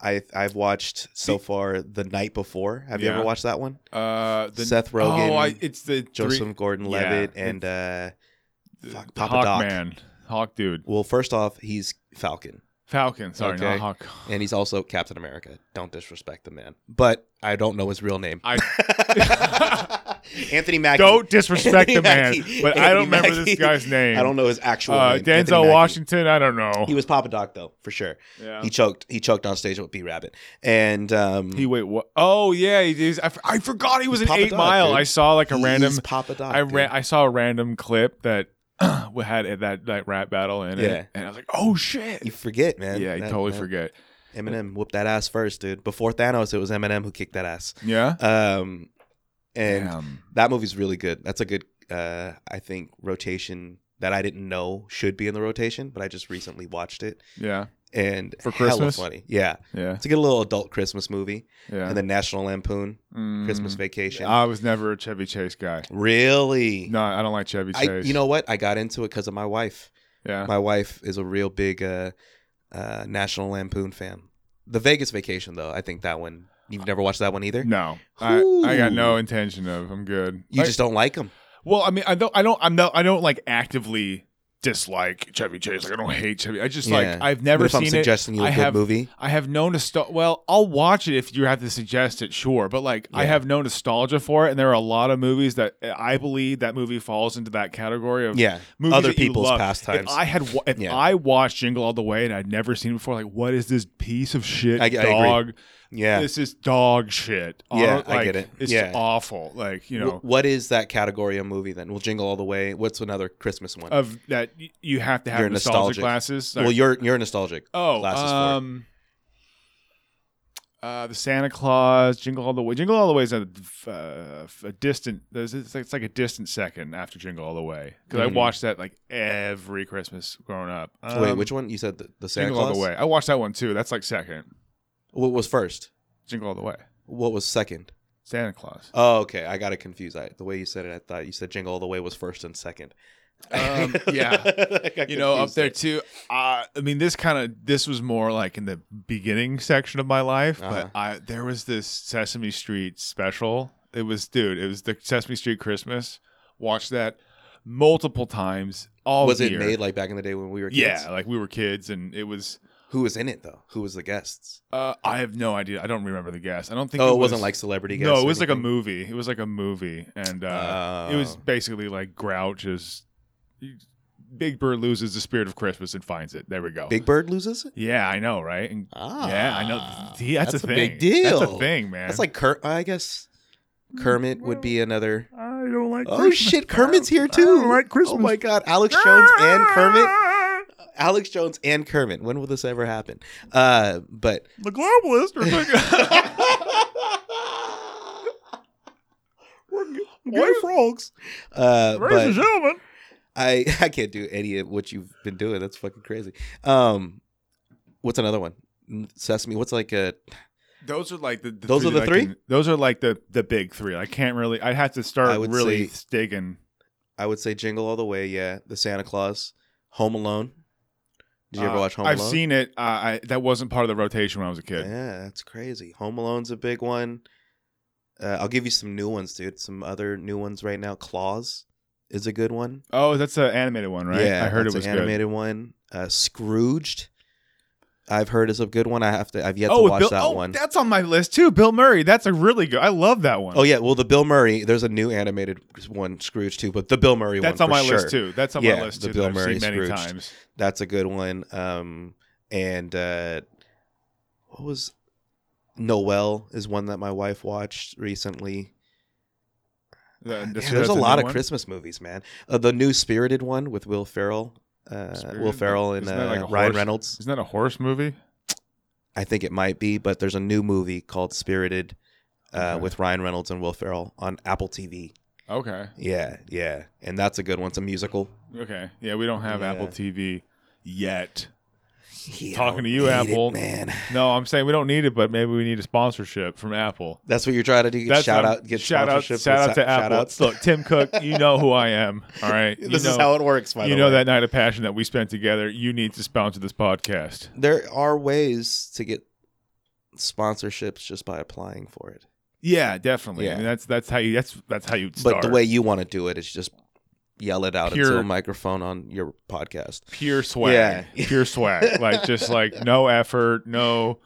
[SPEAKER 2] I, I've watched so far the night before. Have you
[SPEAKER 1] Yeah.
[SPEAKER 2] ever watched that one?
[SPEAKER 1] Uh, the,
[SPEAKER 2] Seth Rogen,
[SPEAKER 1] Oh, I, it's the
[SPEAKER 2] Joseph
[SPEAKER 1] three,
[SPEAKER 2] Gordon-Levitt
[SPEAKER 1] yeah,
[SPEAKER 2] and uh,
[SPEAKER 1] the-
[SPEAKER 2] fuck,
[SPEAKER 1] the
[SPEAKER 2] Papa
[SPEAKER 1] Hawk
[SPEAKER 2] Doc.
[SPEAKER 1] man, Hawk dude,
[SPEAKER 2] well, first off, he's Falcon.
[SPEAKER 1] Falcon. Sorry,
[SPEAKER 2] Okay.
[SPEAKER 1] not Hawk.
[SPEAKER 2] and he's also Captain America. Don't disrespect the man. But I don't know his real name.
[SPEAKER 1] I
[SPEAKER 2] Anthony Mackie.
[SPEAKER 1] don't disrespect the
[SPEAKER 2] Anthony
[SPEAKER 1] man,
[SPEAKER 2] Mackie.
[SPEAKER 1] but I don't
[SPEAKER 2] Anthony
[SPEAKER 1] remember this
[SPEAKER 2] Mackie.
[SPEAKER 1] guy's name.
[SPEAKER 2] I don't know his actual
[SPEAKER 1] Uh,
[SPEAKER 2] name. Anthony
[SPEAKER 1] Denzel
[SPEAKER 2] Mackie.
[SPEAKER 1] Washington. I don't know.
[SPEAKER 2] He was Papa Doc though, for sure.
[SPEAKER 1] yeah.
[SPEAKER 2] He choked. He choked on stage with B Rabbit, and um,
[SPEAKER 1] He wait what? Oh yeah, he is. I, f- I forgot he was in
[SPEAKER 2] Papa
[SPEAKER 1] Eight
[SPEAKER 2] Doc,
[SPEAKER 1] Mile.
[SPEAKER 2] dude.
[SPEAKER 1] I saw like a
[SPEAKER 2] he's
[SPEAKER 1] random.
[SPEAKER 2] Papa Doc.
[SPEAKER 1] I
[SPEAKER 2] dude.
[SPEAKER 1] ran. I saw a random clip that had that that rap battle in
[SPEAKER 2] Yeah.
[SPEAKER 1] it, and I was like, oh shit.
[SPEAKER 2] You forget, man.
[SPEAKER 1] yeah, you
[SPEAKER 2] That-
[SPEAKER 1] totally
[SPEAKER 2] that-
[SPEAKER 1] forget.
[SPEAKER 2] Eminem whooped that ass first, dude. Before Thanos, it was Eminem who kicked that ass.
[SPEAKER 1] Yeah.
[SPEAKER 2] Um, and
[SPEAKER 1] Damn.
[SPEAKER 2] that movie's really good. That's a good, uh, I think, rotation that I didn't know should be in the rotation, but I just recently watched it
[SPEAKER 1] Yeah.
[SPEAKER 2] and
[SPEAKER 1] For
[SPEAKER 2] hella
[SPEAKER 1] Christmas?
[SPEAKER 2] funny. Yeah,
[SPEAKER 1] Yeah.
[SPEAKER 2] it's a good little adult Christmas movie,
[SPEAKER 1] Yeah.
[SPEAKER 2] and then National Lampoon
[SPEAKER 1] Mm.
[SPEAKER 2] Christmas Vacation.
[SPEAKER 1] I was never a Chevy Chase guy.
[SPEAKER 2] really?
[SPEAKER 1] No, I don't like Chevy Chase.
[SPEAKER 2] I, you know what? I got into it because of my wife.
[SPEAKER 1] Yeah.
[SPEAKER 2] My wife is a real big uh, uh, National Lampoon fan. The Vegas Vacation, though, I think that one. You've never watched that one either.
[SPEAKER 1] No, I, I got no intention of. I'm good.
[SPEAKER 2] You
[SPEAKER 1] I-
[SPEAKER 2] just don't like them.
[SPEAKER 1] Well, I mean, I don't, I don't, I'm not, I don't like actively dislike Chevy Chase. Like, I don't hate Chevy. I just
[SPEAKER 2] Yeah.
[SPEAKER 1] like, I've never
[SPEAKER 2] if
[SPEAKER 1] seen
[SPEAKER 2] I'm
[SPEAKER 1] it.
[SPEAKER 2] suggesting you a
[SPEAKER 1] I
[SPEAKER 2] good
[SPEAKER 1] have-
[SPEAKER 2] movie.
[SPEAKER 1] I have no nostalgia. Well, I'll watch it if you have to suggest it, sure. But like, I
[SPEAKER 2] Yeah.
[SPEAKER 1] have no nostalgia for it, and there are a lot of movies that I believe that movie falls into that category of
[SPEAKER 2] Yeah,
[SPEAKER 1] movies
[SPEAKER 2] other
[SPEAKER 1] that you
[SPEAKER 2] people's
[SPEAKER 1] love.
[SPEAKER 2] pastimes.
[SPEAKER 1] If I had, wa- if
[SPEAKER 2] Yeah.
[SPEAKER 1] I watched Jingle All the Way and I'd never seen it before, like, what is this piece of shit?
[SPEAKER 2] I- I agree.
[SPEAKER 1] dog.
[SPEAKER 2] yeah,
[SPEAKER 1] This is dog shit.
[SPEAKER 2] Yeah,
[SPEAKER 1] All-
[SPEAKER 2] I
[SPEAKER 1] like,
[SPEAKER 2] get it.
[SPEAKER 1] It's
[SPEAKER 2] Yeah.
[SPEAKER 1] awful. Like you
[SPEAKER 2] Wh-
[SPEAKER 1] know.
[SPEAKER 2] what is that category of movie then? We'll jingle all the way. What's another Christmas one?
[SPEAKER 1] of that y- you have to have
[SPEAKER 2] You're
[SPEAKER 1] nostalgic,
[SPEAKER 2] nostalgic.
[SPEAKER 1] glasses. Oh, Sorry.
[SPEAKER 2] well, you're you're nostalgic.
[SPEAKER 1] oh,
[SPEAKER 2] glasses for it.
[SPEAKER 1] um, uh, the Santa Claus, Jingle All the Way. Jingle All the Way is a, uh, a distant. there's- It's like, it's like a distant second after Jingle All the Way because
[SPEAKER 2] Mhm.
[SPEAKER 1] I watched that like every Christmas growing up.
[SPEAKER 2] Wait,
[SPEAKER 1] Um,
[SPEAKER 2] which one? You said the, the Santa
[SPEAKER 1] Jingle
[SPEAKER 2] Claus.
[SPEAKER 1] All the Way. I watched that one too. That's like second.
[SPEAKER 2] What was first?
[SPEAKER 1] Jingle All the Way.
[SPEAKER 2] What was second?
[SPEAKER 1] Santa Claus.
[SPEAKER 2] Oh, okay. I got it confused. I, the way you said it, I thought you said jingle all the way was first and second.
[SPEAKER 1] Um, yeah.
[SPEAKER 2] I got
[SPEAKER 1] you know, up
[SPEAKER 2] confused
[SPEAKER 1] there too. Uh, I mean, this kind of this was more like in the beginning section of my life,
[SPEAKER 2] Uh-huh.
[SPEAKER 1] but I there was this Sesame Street special. It was, dude, it was the Sesame Street Christmas. Watched that multiple times all
[SPEAKER 2] Was it
[SPEAKER 1] year.
[SPEAKER 2] made like back in the day when we were kids?
[SPEAKER 1] yeah, like we were kids, and it was.
[SPEAKER 2] Who was in it though? Who was the guests?
[SPEAKER 1] Uh, I have no idea. I don't remember the guest. I don't think.
[SPEAKER 2] Oh, it,
[SPEAKER 1] was,
[SPEAKER 2] wasn't like celebrity guests.
[SPEAKER 1] No, it
[SPEAKER 2] or
[SPEAKER 1] was like a
[SPEAKER 2] anything?
[SPEAKER 1] movie. It was like a movie, and uh, it was
[SPEAKER 2] Oh.
[SPEAKER 1] basically like Grouch is. Big Bird loses the spirit of Christmas and finds it. There we go.
[SPEAKER 2] Oh. Big Bird loses it.
[SPEAKER 1] Yeah, I know, right? And
[SPEAKER 2] Ah,
[SPEAKER 1] yeah, I know. See, that's,
[SPEAKER 2] that's
[SPEAKER 1] a
[SPEAKER 2] a
[SPEAKER 1] thing.
[SPEAKER 2] big
[SPEAKER 1] That's
[SPEAKER 2] deal.
[SPEAKER 1] a thing, man.
[SPEAKER 2] That's like Kurt. I guess Kermit would be another.
[SPEAKER 1] I don't like.
[SPEAKER 2] Oh shit, Kermit's here too. Oh my god, Alex Jones and Kermit. Alex Jones and Kermit. When will this ever happen? Uh, but
[SPEAKER 1] The globalists are thinking
[SPEAKER 2] gay frogs. Uh, but
[SPEAKER 1] gentlemen.
[SPEAKER 2] I I can't do any of what you've been doing. That's fucking crazy. Um, what's another one? Mm, Sesame. What's like a
[SPEAKER 1] Those are like the, the
[SPEAKER 2] Those are the
[SPEAKER 1] that I
[SPEAKER 2] three?
[SPEAKER 1] can- those are like the the big three. I can't really. I'd have to
[SPEAKER 2] I
[SPEAKER 1] start
[SPEAKER 2] would
[SPEAKER 1] really
[SPEAKER 2] say-
[SPEAKER 1] digging.
[SPEAKER 2] I would say Jingle All the Way. Yeah, the Santa Claus, Home Alone. Did you ever
[SPEAKER 1] Uh,
[SPEAKER 2] watch Home
[SPEAKER 1] I've
[SPEAKER 2] Alone?
[SPEAKER 1] seen it. Uh, I, that wasn't part of the rotation when I was a kid.
[SPEAKER 2] Yeah, that's crazy. Home Alone's a big one. Uh, I'll give you some new ones, dude. Some other new ones right now. Claws is a good one.
[SPEAKER 1] Oh, that's an animated one, right?
[SPEAKER 2] Yeah,
[SPEAKER 1] I heard
[SPEAKER 2] that's
[SPEAKER 1] it was
[SPEAKER 2] an
[SPEAKER 1] good.
[SPEAKER 2] animated one. Uh, Scrooged, I've heard is a good one. I have to. I've yet
[SPEAKER 1] oh,
[SPEAKER 2] to
[SPEAKER 1] with
[SPEAKER 2] watch
[SPEAKER 1] Bill,
[SPEAKER 2] that
[SPEAKER 1] oh,
[SPEAKER 2] one.
[SPEAKER 1] that's on my list too. Bill Murray. That's a really good. I love that one.
[SPEAKER 2] Oh yeah, well the Bill Murray. There's a new animated one, Scrooge too, but the Bill Murray
[SPEAKER 1] that's
[SPEAKER 2] one.
[SPEAKER 1] on
[SPEAKER 2] for
[SPEAKER 1] my
[SPEAKER 2] sure.
[SPEAKER 1] list too. That's on
[SPEAKER 2] Yeah,
[SPEAKER 1] my list
[SPEAKER 2] the
[SPEAKER 1] too.
[SPEAKER 2] Bill
[SPEAKER 1] that I've
[SPEAKER 2] Murray
[SPEAKER 1] seen many
[SPEAKER 2] Scrooged.
[SPEAKER 1] times.
[SPEAKER 2] That's a good one. Um, and uh, what was Noel is one that my wife watched recently.
[SPEAKER 1] The-
[SPEAKER 2] Man,
[SPEAKER 1] this-
[SPEAKER 2] there's
[SPEAKER 1] that's
[SPEAKER 2] a
[SPEAKER 1] new
[SPEAKER 2] lot of
[SPEAKER 1] one?
[SPEAKER 2] Christmas movies, man. Uh, the new Spirited one with Will Ferrell, uh, Will
[SPEAKER 1] Spirited?
[SPEAKER 2] Ferrell and
[SPEAKER 1] Isn't that
[SPEAKER 2] uh,
[SPEAKER 1] like a
[SPEAKER 2] Ryan
[SPEAKER 1] horse?
[SPEAKER 2] Reynolds.
[SPEAKER 1] Isn't that a horse movie?
[SPEAKER 2] I think it might be, but there's a new movie called Spirited uh,
[SPEAKER 1] Okay.
[SPEAKER 2] with Ryan Reynolds and Will Ferrell on Apple TV.
[SPEAKER 1] Okay.
[SPEAKER 2] Yeah, yeah, and that's a good one. It's a musical.
[SPEAKER 1] Okay. Yeah, we don't have
[SPEAKER 2] Yeah.
[SPEAKER 1] Apple TV yet.
[SPEAKER 2] Yeah,
[SPEAKER 1] Talking
[SPEAKER 2] I
[SPEAKER 1] to you,
[SPEAKER 2] need it,
[SPEAKER 1] Apple.
[SPEAKER 2] man.
[SPEAKER 1] No, I'm saying we don't need it, but maybe we need a sponsorship from Apple.
[SPEAKER 2] That's what you're trying to do.
[SPEAKER 1] That's
[SPEAKER 2] shout
[SPEAKER 1] what I'm-
[SPEAKER 2] out, get
[SPEAKER 1] shout out,
[SPEAKER 2] sponsorships
[SPEAKER 1] shout
[SPEAKER 2] and
[SPEAKER 1] out
[SPEAKER 2] sa-
[SPEAKER 1] to Apple.
[SPEAKER 2] outs.
[SPEAKER 1] Look, Tim Cook, you know who I am. All right, You
[SPEAKER 2] this is
[SPEAKER 1] know-
[SPEAKER 2] how it works. By
[SPEAKER 1] you
[SPEAKER 2] the
[SPEAKER 1] know
[SPEAKER 2] way.
[SPEAKER 1] that night of passion that we spent together. You need to sponsor this podcast.
[SPEAKER 2] there are ways to get sponsorships just by applying for it.
[SPEAKER 1] Yeah, definitely.
[SPEAKER 2] Yeah.
[SPEAKER 1] I mean, that's that's how you that's that's how you start.
[SPEAKER 2] But the way you want to do it is just yell it out into
[SPEAKER 1] Pure-
[SPEAKER 2] a microphone on your podcast.
[SPEAKER 1] pure swag,
[SPEAKER 2] Yeah.
[SPEAKER 1] pure swag, like just like no effort, no.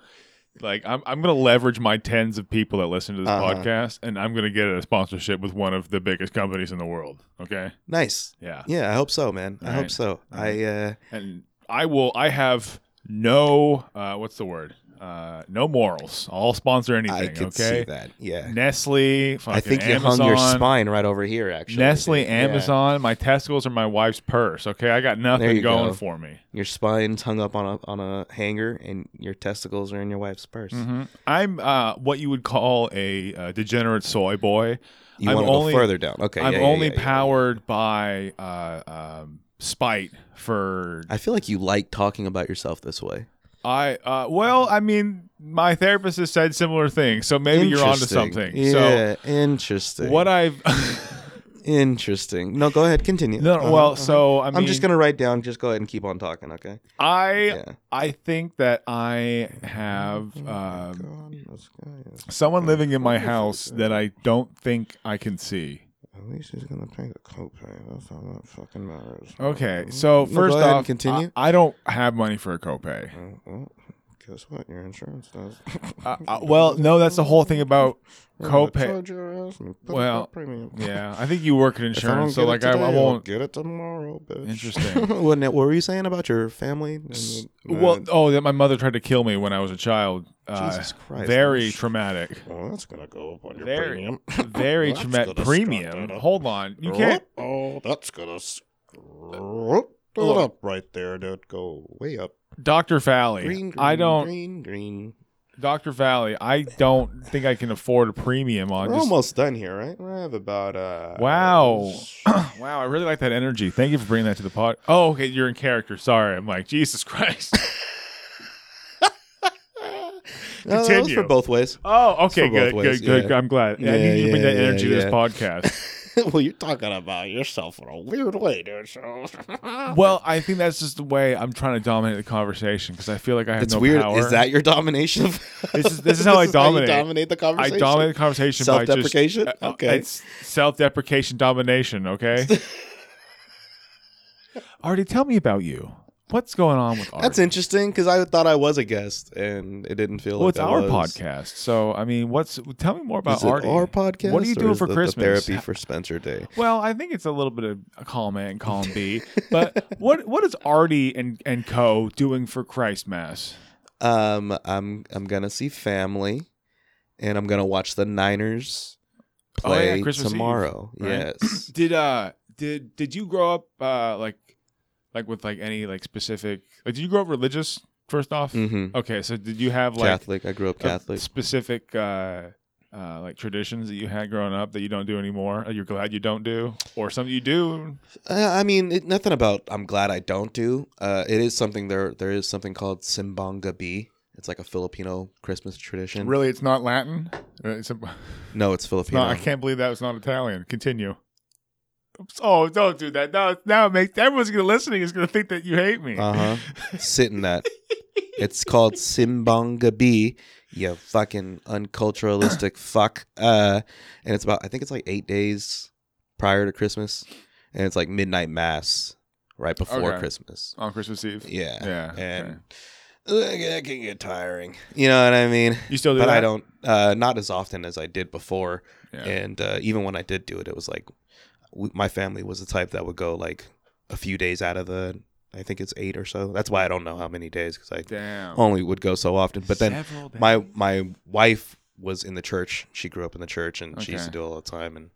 [SPEAKER 1] Like I'm, I'm gonna leverage my tens of people that listen to this
[SPEAKER 2] Uh-huh.
[SPEAKER 1] podcast, and I'm gonna get a sponsorship with one of the biggest companies in the world. Okay,
[SPEAKER 2] Nice.
[SPEAKER 1] yeah,
[SPEAKER 2] Yeah, I hope so, man. I
[SPEAKER 1] All
[SPEAKER 2] hope
[SPEAKER 1] right.
[SPEAKER 2] so.
[SPEAKER 1] All
[SPEAKER 2] I uh
[SPEAKER 1] and I will. I have no. Uh, what's the word? Uh, no morals. I'll sponsor anything.
[SPEAKER 2] I could see
[SPEAKER 1] okay,
[SPEAKER 2] that. Yeah.
[SPEAKER 1] Nestle. Fucking
[SPEAKER 2] I think you
[SPEAKER 1] Amazon,
[SPEAKER 2] hung your spine right over here actually.
[SPEAKER 1] Nestle,
[SPEAKER 2] dude. Yeah.
[SPEAKER 1] Amazon. My testicles are my wife's purse. Okay, I got
[SPEAKER 2] you
[SPEAKER 1] nothing going
[SPEAKER 2] go.
[SPEAKER 1] for me.
[SPEAKER 2] Your spine's hung up on a on a hanger and your testicles are in your wife's purse.
[SPEAKER 1] Mhm. I'm uh, what you would call a uh, degenerate soy boy.
[SPEAKER 2] You
[SPEAKER 1] I'm
[SPEAKER 2] want to go
[SPEAKER 1] only-
[SPEAKER 2] further down. Okay.
[SPEAKER 1] I'm
[SPEAKER 2] yeah, yeah,
[SPEAKER 1] only
[SPEAKER 2] yeah, yeah.
[SPEAKER 1] powered by uh, um, spite for
[SPEAKER 2] I feel like you like talking about yourself this way.
[SPEAKER 1] I. Uh, well, I mean, my therapist has said similar things, so maybe you're onto
[SPEAKER 2] Interesting.
[SPEAKER 1] something.
[SPEAKER 2] Yeah, interesting.
[SPEAKER 1] So what I've
[SPEAKER 2] Interesting. No, go ahead. Continue.
[SPEAKER 1] no,
[SPEAKER 2] Uh-huh,
[SPEAKER 1] well,
[SPEAKER 2] uh-huh.
[SPEAKER 1] so I mean,
[SPEAKER 2] I'm just gonna write down. Just go ahead and keep on talking. Okay.
[SPEAKER 1] I
[SPEAKER 2] Yeah. Oh
[SPEAKER 1] I think that I have um,
[SPEAKER 2] At
[SPEAKER 1] someone living in my house that I don't think I can see.
[SPEAKER 2] least he's gonna pay the copay. That's how that fucking matters.
[SPEAKER 1] Okay, so
[SPEAKER 2] Mm-hmm. No, go
[SPEAKER 1] first
[SPEAKER 2] ahead and
[SPEAKER 1] off,
[SPEAKER 2] continue. Mm.
[SPEAKER 1] I, I don't have money for a copay.
[SPEAKER 2] guess what? Your insurance does.
[SPEAKER 1] Uh, uh, well, no, that's the whole thing about copay.
[SPEAKER 2] copay.
[SPEAKER 1] Well, Yeah, I think you work in insurance, so like I, I
[SPEAKER 6] will
[SPEAKER 1] won't.
[SPEAKER 6] get it tomorrow, bitch.
[SPEAKER 1] Interesting.
[SPEAKER 2] Oh, what, what were you saying about your family? and the-
[SPEAKER 1] well, oh, that my mother tried to kill me when I was a child. Uh,
[SPEAKER 2] Jesus Christ,
[SPEAKER 1] Very
[SPEAKER 2] man.
[SPEAKER 1] traumatic.
[SPEAKER 6] Well, Oh, that's gonna go up on your
[SPEAKER 1] Very-
[SPEAKER 6] premium.
[SPEAKER 1] Very
[SPEAKER 6] That's
[SPEAKER 1] traumatic.
[SPEAKER 6] gonna
[SPEAKER 1] Premium.
[SPEAKER 6] start up.
[SPEAKER 1] Hold on, you can't.
[SPEAKER 6] Oh, that's gonna screw it
[SPEAKER 1] Look.
[SPEAKER 6] up right there. Dude. Go way up.
[SPEAKER 1] Doctor Valley.
[SPEAKER 2] Green, green,
[SPEAKER 1] I don't.
[SPEAKER 2] Green, green.
[SPEAKER 1] Doctor Valley. I don't think I can afford a premium on.
[SPEAKER 2] We're
[SPEAKER 1] Just,
[SPEAKER 2] almost done here, right? We have about uh.
[SPEAKER 1] Wow. wow, I really like that energy. Thank you for bringing that to the pod. Oh, okay, you're in character. Sorry. I'm like, Jesus Christ.
[SPEAKER 2] No, that was
[SPEAKER 1] Continue.
[SPEAKER 2] for both ways.
[SPEAKER 1] Oh, okay,
[SPEAKER 2] For both
[SPEAKER 1] good,
[SPEAKER 2] ways,
[SPEAKER 1] good, good.
[SPEAKER 2] yeah.
[SPEAKER 1] I'm glad.
[SPEAKER 2] Yeah,
[SPEAKER 1] I need you to bring
[SPEAKER 2] yeah,
[SPEAKER 1] that
[SPEAKER 2] yeah,
[SPEAKER 1] energy to
[SPEAKER 2] yeah.
[SPEAKER 1] this podcast.
[SPEAKER 6] well, you're talking about yourself in a weird way, dude. So.
[SPEAKER 1] well, I think that's just the way I'm trying to dominate the conversation because I feel like I have
[SPEAKER 2] It's
[SPEAKER 1] no
[SPEAKER 2] weird.
[SPEAKER 1] power.
[SPEAKER 2] Is that your domination? Of
[SPEAKER 1] This is- this is how I
[SPEAKER 2] you
[SPEAKER 1] dominate.
[SPEAKER 2] dominate the
[SPEAKER 1] I
[SPEAKER 2] conversation.
[SPEAKER 1] dominate the conversation by just
[SPEAKER 2] Self-deprecation?
[SPEAKER 1] uh,
[SPEAKER 2] Okay.
[SPEAKER 1] It's self-deprecation domination. Okay. Artie, tell me about you. What's going on with Artie?
[SPEAKER 2] That's interesting because I thought I was a guest and it didn't feel
[SPEAKER 1] Well,
[SPEAKER 2] like
[SPEAKER 1] it's
[SPEAKER 2] I
[SPEAKER 1] our
[SPEAKER 2] was.
[SPEAKER 1] podcast, so I mean, what's tell me more about
[SPEAKER 2] Is it
[SPEAKER 1] Artie.
[SPEAKER 2] our podcast?
[SPEAKER 1] What are you
[SPEAKER 2] or
[SPEAKER 1] doing
[SPEAKER 2] is
[SPEAKER 1] for
[SPEAKER 2] it the
[SPEAKER 1] Christmas?
[SPEAKER 2] Therapy for Spencer Day.
[SPEAKER 1] Well, I think it's a little bit of a column A and column B. but what what is Artie and, and Co doing for Christmas?
[SPEAKER 2] Um, I'm I'm gonna see family, and I'm gonna watch the Niners
[SPEAKER 1] Oh, yeah,
[SPEAKER 2] play
[SPEAKER 1] Christmas Eve,
[SPEAKER 2] tomorrow.
[SPEAKER 1] right?
[SPEAKER 2] Yes.
[SPEAKER 1] Did uh did did you grow up uh like like with like any like specific like did you grow up religious first off?
[SPEAKER 2] hmm
[SPEAKER 1] Okay, so did you have like
[SPEAKER 2] Catholic. I grew up
[SPEAKER 1] a
[SPEAKER 2] Catholic.
[SPEAKER 1] specific uh uh, like traditions that you had growing up that you don't do anymore? That you're glad you don't do, or something you do?
[SPEAKER 2] Uh, I mean, it, nothing about I'm glad I don't do. Uh, it is something there. There is something called Simbanga B. It's like a Filipino Christmas tradition.
[SPEAKER 1] Really, it's not Latin. Uh, It's a-
[SPEAKER 2] No, it's Filipino.
[SPEAKER 1] no, I can't believe that was not Italian. Continue. Oops. Oh, don't do that. Now, now it makes everyone's gonna listening is gonna think that you hate me.
[SPEAKER 2] Uh
[SPEAKER 1] Uh-huh.
[SPEAKER 2] huh. Sit in that. It's called Simbanga B. You fucking unculturalistic fuck. Uh, and it's about I think it's like eight days prior to Christmas, and it's like midnight mass right before
[SPEAKER 1] Okay.
[SPEAKER 2] Christmas.
[SPEAKER 1] On Christmas Eve.
[SPEAKER 2] Yeah.
[SPEAKER 1] Yeah,
[SPEAKER 2] And uh, that can get tiring. You know what I mean?
[SPEAKER 1] You still do
[SPEAKER 2] but
[SPEAKER 1] that?
[SPEAKER 2] I don't uh, not as often as I did before,
[SPEAKER 1] Yeah.
[SPEAKER 2] and uh, even when I did do it, it was like w- my family was the type that would go like a few days out of the. I think it's eight or so. That's why I don't know how many days because I
[SPEAKER 1] Damn.
[SPEAKER 2] only would go so often. Oh, But then my my wife was in the church. She grew up in the church, and she used to
[SPEAKER 1] Okay.
[SPEAKER 2] do it all the time. And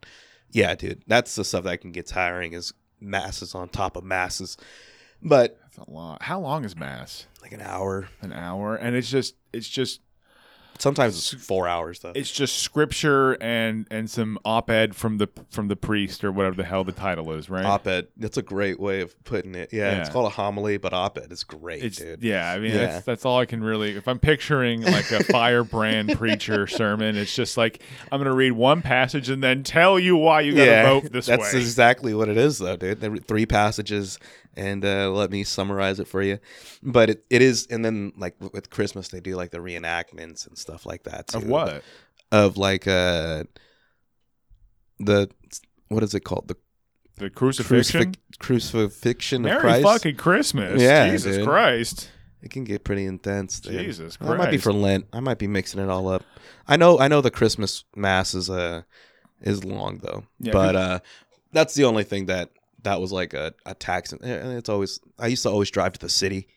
[SPEAKER 2] yeah, dude, that's the stuff that can get tiring is masses on top of masses. But
[SPEAKER 1] That's a lot. How long is mass?
[SPEAKER 2] like an hour,
[SPEAKER 1] An hour, and it's just it's just
[SPEAKER 2] sometimes it's four hours though.
[SPEAKER 1] it's just scripture and and some op-ed from the from the priest or whatever the hell the title is, right?
[SPEAKER 2] op-ed. That's a great way of putting it. Yeah, it's
[SPEAKER 1] Yeah.
[SPEAKER 2] called a homily, but op-ed is great,
[SPEAKER 1] It's
[SPEAKER 2] dude.
[SPEAKER 1] yeah. I mean,
[SPEAKER 2] Yeah.
[SPEAKER 1] that's that's all I can really. If I'm picturing like a firebrand preacher sermon, it's just like I'm gonna read one passage and then tell you why you gotta vote this
[SPEAKER 2] that's
[SPEAKER 1] way.
[SPEAKER 2] exactly what it is, though, dude. There were three passages, and uh, let me summarize it for you. But it, it is, and then like with with Christmas, they do like the reenactments and stuff like that.
[SPEAKER 1] of
[SPEAKER 2] too.
[SPEAKER 1] what?
[SPEAKER 2] Of like uh, the what is it called? The
[SPEAKER 1] The crucifixion.
[SPEAKER 2] crucif- crucifixion of
[SPEAKER 1] Merry
[SPEAKER 2] Christ.
[SPEAKER 1] fucking Christmas.
[SPEAKER 2] Yeah,
[SPEAKER 1] Jesus
[SPEAKER 2] dude.
[SPEAKER 1] Christ.
[SPEAKER 2] It can get pretty intense. Dude.
[SPEAKER 1] Jesus
[SPEAKER 2] That might be
[SPEAKER 1] Christ.
[SPEAKER 2] for Lent. I might be mixing it all up. I know. I know the Christmas mass is uh is long though.
[SPEAKER 1] Yeah,
[SPEAKER 2] but uh, that's the only thing that that was like a, a tax. And it's always I used to always drive to the city,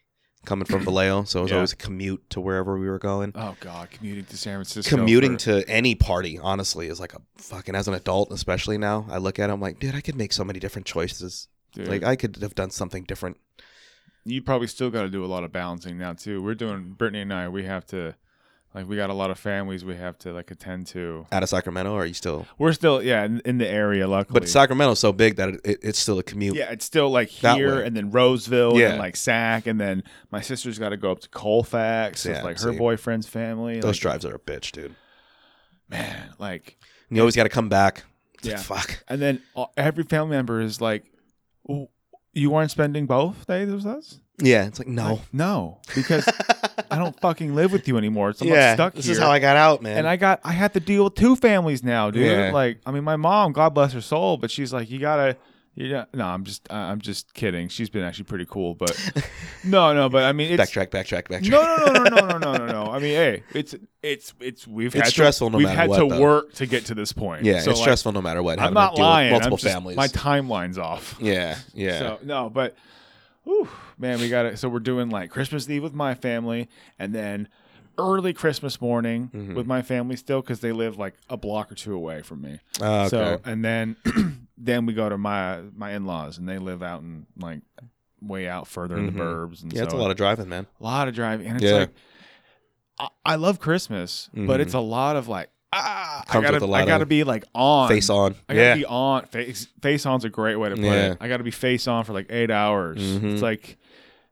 [SPEAKER 2] coming from Vallejo, so it was
[SPEAKER 1] Yeah.
[SPEAKER 2] always a commute to wherever we were going.
[SPEAKER 1] Oh God, commuting to San Francisco.
[SPEAKER 2] Commuting
[SPEAKER 1] for-
[SPEAKER 2] to any party, honestly, is like a fucking as an adult, especially now. I look at it, I'm like, dude, I could make so many different choices.
[SPEAKER 1] Dude,
[SPEAKER 2] Like uh, I could have done something different.
[SPEAKER 1] you probably still got to do a lot of balancing now too. We're doing Brittany and I. We have to, like, we got a lot of families we have to like attend to.
[SPEAKER 2] Out of Sacramento, or are you still?
[SPEAKER 1] We're still yeah in, in the area luckily.
[SPEAKER 2] But Sacramento's so big that it, it, it's still a commute.
[SPEAKER 1] yeah, it's still like
[SPEAKER 2] That
[SPEAKER 1] here
[SPEAKER 2] way.
[SPEAKER 1] and then Roseville
[SPEAKER 2] Yeah.
[SPEAKER 1] and like Sac and then my sister's got to go up to Colfax. so
[SPEAKER 2] Yeah,
[SPEAKER 1] it's like her
[SPEAKER 2] see.
[SPEAKER 1] boyfriend's family.
[SPEAKER 2] Those
[SPEAKER 1] like,
[SPEAKER 2] drives are a bitch, dude.
[SPEAKER 1] man, like
[SPEAKER 2] And you always got to come back. It's
[SPEAKER 1] yeah.
[SPEAKER 2] like, fuck.
[SPEAKER 1] And then uh, every family member is like, "Oh, you weren't spending both days with us?
[SPEAKER 2] Yeah, it's like no.
[SPEAKER 1] Like, no, because I don't fucking live with you anymore. So I'm not
[SPEAKER 2] yeah,
[SPEAKER 1] stuck
[SPEAKER 2] this
[SPEAKER 1] here.
[SPEAKER 2] is how I got out, man.
[SPEAKER 1] and I got I had to deal with two families now, dude.
[SPEAKER 2] Yeah.
[SPEAKER 1] Like, I mean, my mom, God bless her soul, but she's like, you gotta, you know, no, I'm just, I- I'm just kidding. She's been actually pretty cool, but no, no, but I mean, it's
[SPEAKER 2] backtrack, backtrack, backtrack.
[SPEAKER 1] no, no, no, no, no, no, no, no, no. I mean, hey, it's, it's, it's, we've
[SPEAKER 2] It's
[SPEAKER 1] had
[SPEAKER 2] stressful
[SPEAKER 1] to,
[SPEAKER 2] no
[SPEAKER 1] we've
[SPEAKER 2] matter
[SPEAKER 1] had
[SPEAKER 2] what,
[SPEAKER 1] to
[SPEAKER 2] though.
[SPEAKER 1] work to get to this point.
[SPEAKER 2] Yeah,
[SPEAKER 1] So,
[SPEAKER 2] it's
[SPEAKER 1] like,
[SPEAKER 2] stressful no matter what.
[SPEAKER 1] I'm
[SPEAKER 2] having to
[SPEAKER 1] not
[SPEAKER 2] deal with
[SPEAKER 1] lying.
[SPEAKER 2] Multiple
[SPEAKER 1] I'm just-
[SPEAKER 2] families.
[SPEAKER 1] My timeline's off.
[SPEAKER 2] yeah, yeah.
[SPEAKER 1] So no, but whew, man, we got it. So we're doing like Christmas Eve with my family, and then early Christmas morning
[SPEAKER 2] Mhm.
[SPEAKER 1] with my family still because they live like a block or two away from me.
[SPEAKER 2] Oh, okay.
[SPEAKER 1] So and then then we go to my my in laws, and they live out in like way out further in
[SPEAKER 2] Mhm.
[SPEAKER 1] the burbs. And
[SPEAKER 2] yeah, it's
[SPEAKER 1] so
[SPEAKER 2] a lot of driving, man.
[SPEAKER 1] a lot of driving, and it's
[SPEAKER 2] Yeah.
[SPEAKER 1] like I, I love Christmas, but
[SPEAKER 2] Mhm.
[SPEAKER 1] it's a lot of like. Ah, I
[SPEAKER 2] Comes with
[SPEAKER 1] gotta,
[SPEAKER 2] a lot
[SPEAKER 1] I gotta
[SPEAKER 2] of
[SPEAKER 1] be like on
[SPEAKER 2] Face on.
[SPEAKER 1] I gotta
[SPEAKER 2] yeah.
[SPEAKER 1] be on face. Face on's a great way to put
[SPEAKER 2] Yeah.
[SPEAKER 1] it. I gotta be face on for like eight hours.
[SPEAKER 2] Mhm.
[SPEAKER 1] It's like,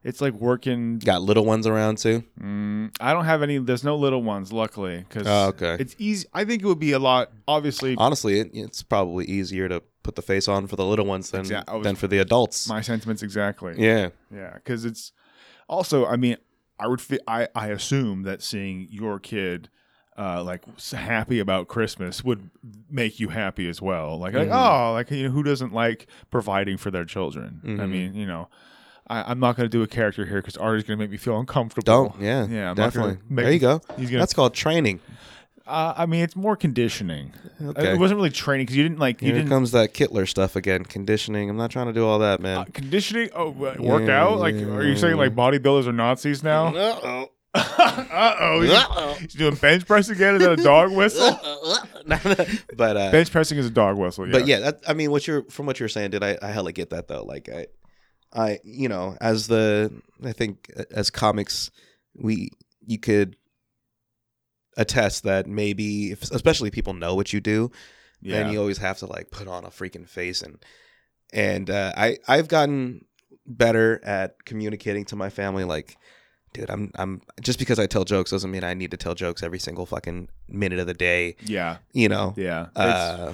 [SPEAKER 1] it's like working.
[SPEAKER 2] Got little ones around too.
[SPEAKER 1] Mm, I don't have any. There's no little ones, luckily, because
[SPEAKER 2] Oh, okay. Uh,
[SPEAKER 1] it's easy. I think it would be a lot. Obviously,
[SPEAKER 2] Honestly, it, it's probably easier to put the face on for the little ones than
[SPEAKER 1] Exact- I was-
[SPEAKER 2] than for the adults.
[SPEAKER 1] my sentiments exactly.
[SPEAKER 2] yeah.
[SPEAKER 1] yeah, because it's also. I mean, I would. Fi- I I assume that seeing your kid. Uh, like s- happy about Christmas would make you happy as well. Like, like
[SPEAKER 2] Mhm.
[SPEAKER 1] oh, like you know, who doesn't like providing for their children? I
[SPEAKER 2] Mhm.
[SPEAKER 1] mean, you know, I, I'm not going to do a character here because art is going to make me feel uncomfortable.
[SPEAKER 2] Don't. Yeah.
[SPEAKER 1] Oh, Yeah, I'm not gonna
[SPEAKER 2] Definitely.
[SPEAKER 1] make-
[SPEAKER 2] There you go.
[SPEAKER 1] He's gonna.
[SPEAKER 2] That's called training.
[SPEAKER 1] uh, I mean, it's more conditioning. Uh,
[SPEAKER 2] Okay.
[SPEAKER 1] It wasn't really training because you didn't like you
[SPEAKER 2] Here
[SPEAKER 1] didn't
[SPEAKER 2] comes that Kittler stuff again. Conditioning. I'm not trying to do all that, man.
[SPEAKER 1] uh, conditioning. Oh, uh, workout. Like, are you saying like bodybuilders are Nazis now?
[SPEAKER 6] Uh-oh.
[SPEAKER 1] uh oh. He's,
[SPEAKER 6] Uh-oh.
[SPEAKER 1] he's doing bench press again. Is that a dog whistle?
[SPEAKER 2] but uh,
[SPEAKER 1] bench pressing is a dog whistle.
[SPEAKER 2] but yeah, that, I mean, what you're from what you're saying, did I, I hella get that though? Like I, I, you know, as the I think as comics, we you could attest that maybe, if, especially people know what you do,
[SPEAKER 1] Yeah.
[SPEAKER 2] then you always have to like put on a freaking face and and uh, I I've gotten better at communicating to my family like dude I'm I'm just because I tell jokes doesn't mean I need to tell jokes every single fucking minute of the day
[SPEAKER 1] yeah.
[SPEAKER 2] you know
[SPEAKER 1] Yeah. It's-
[SPEAKER 2] uh,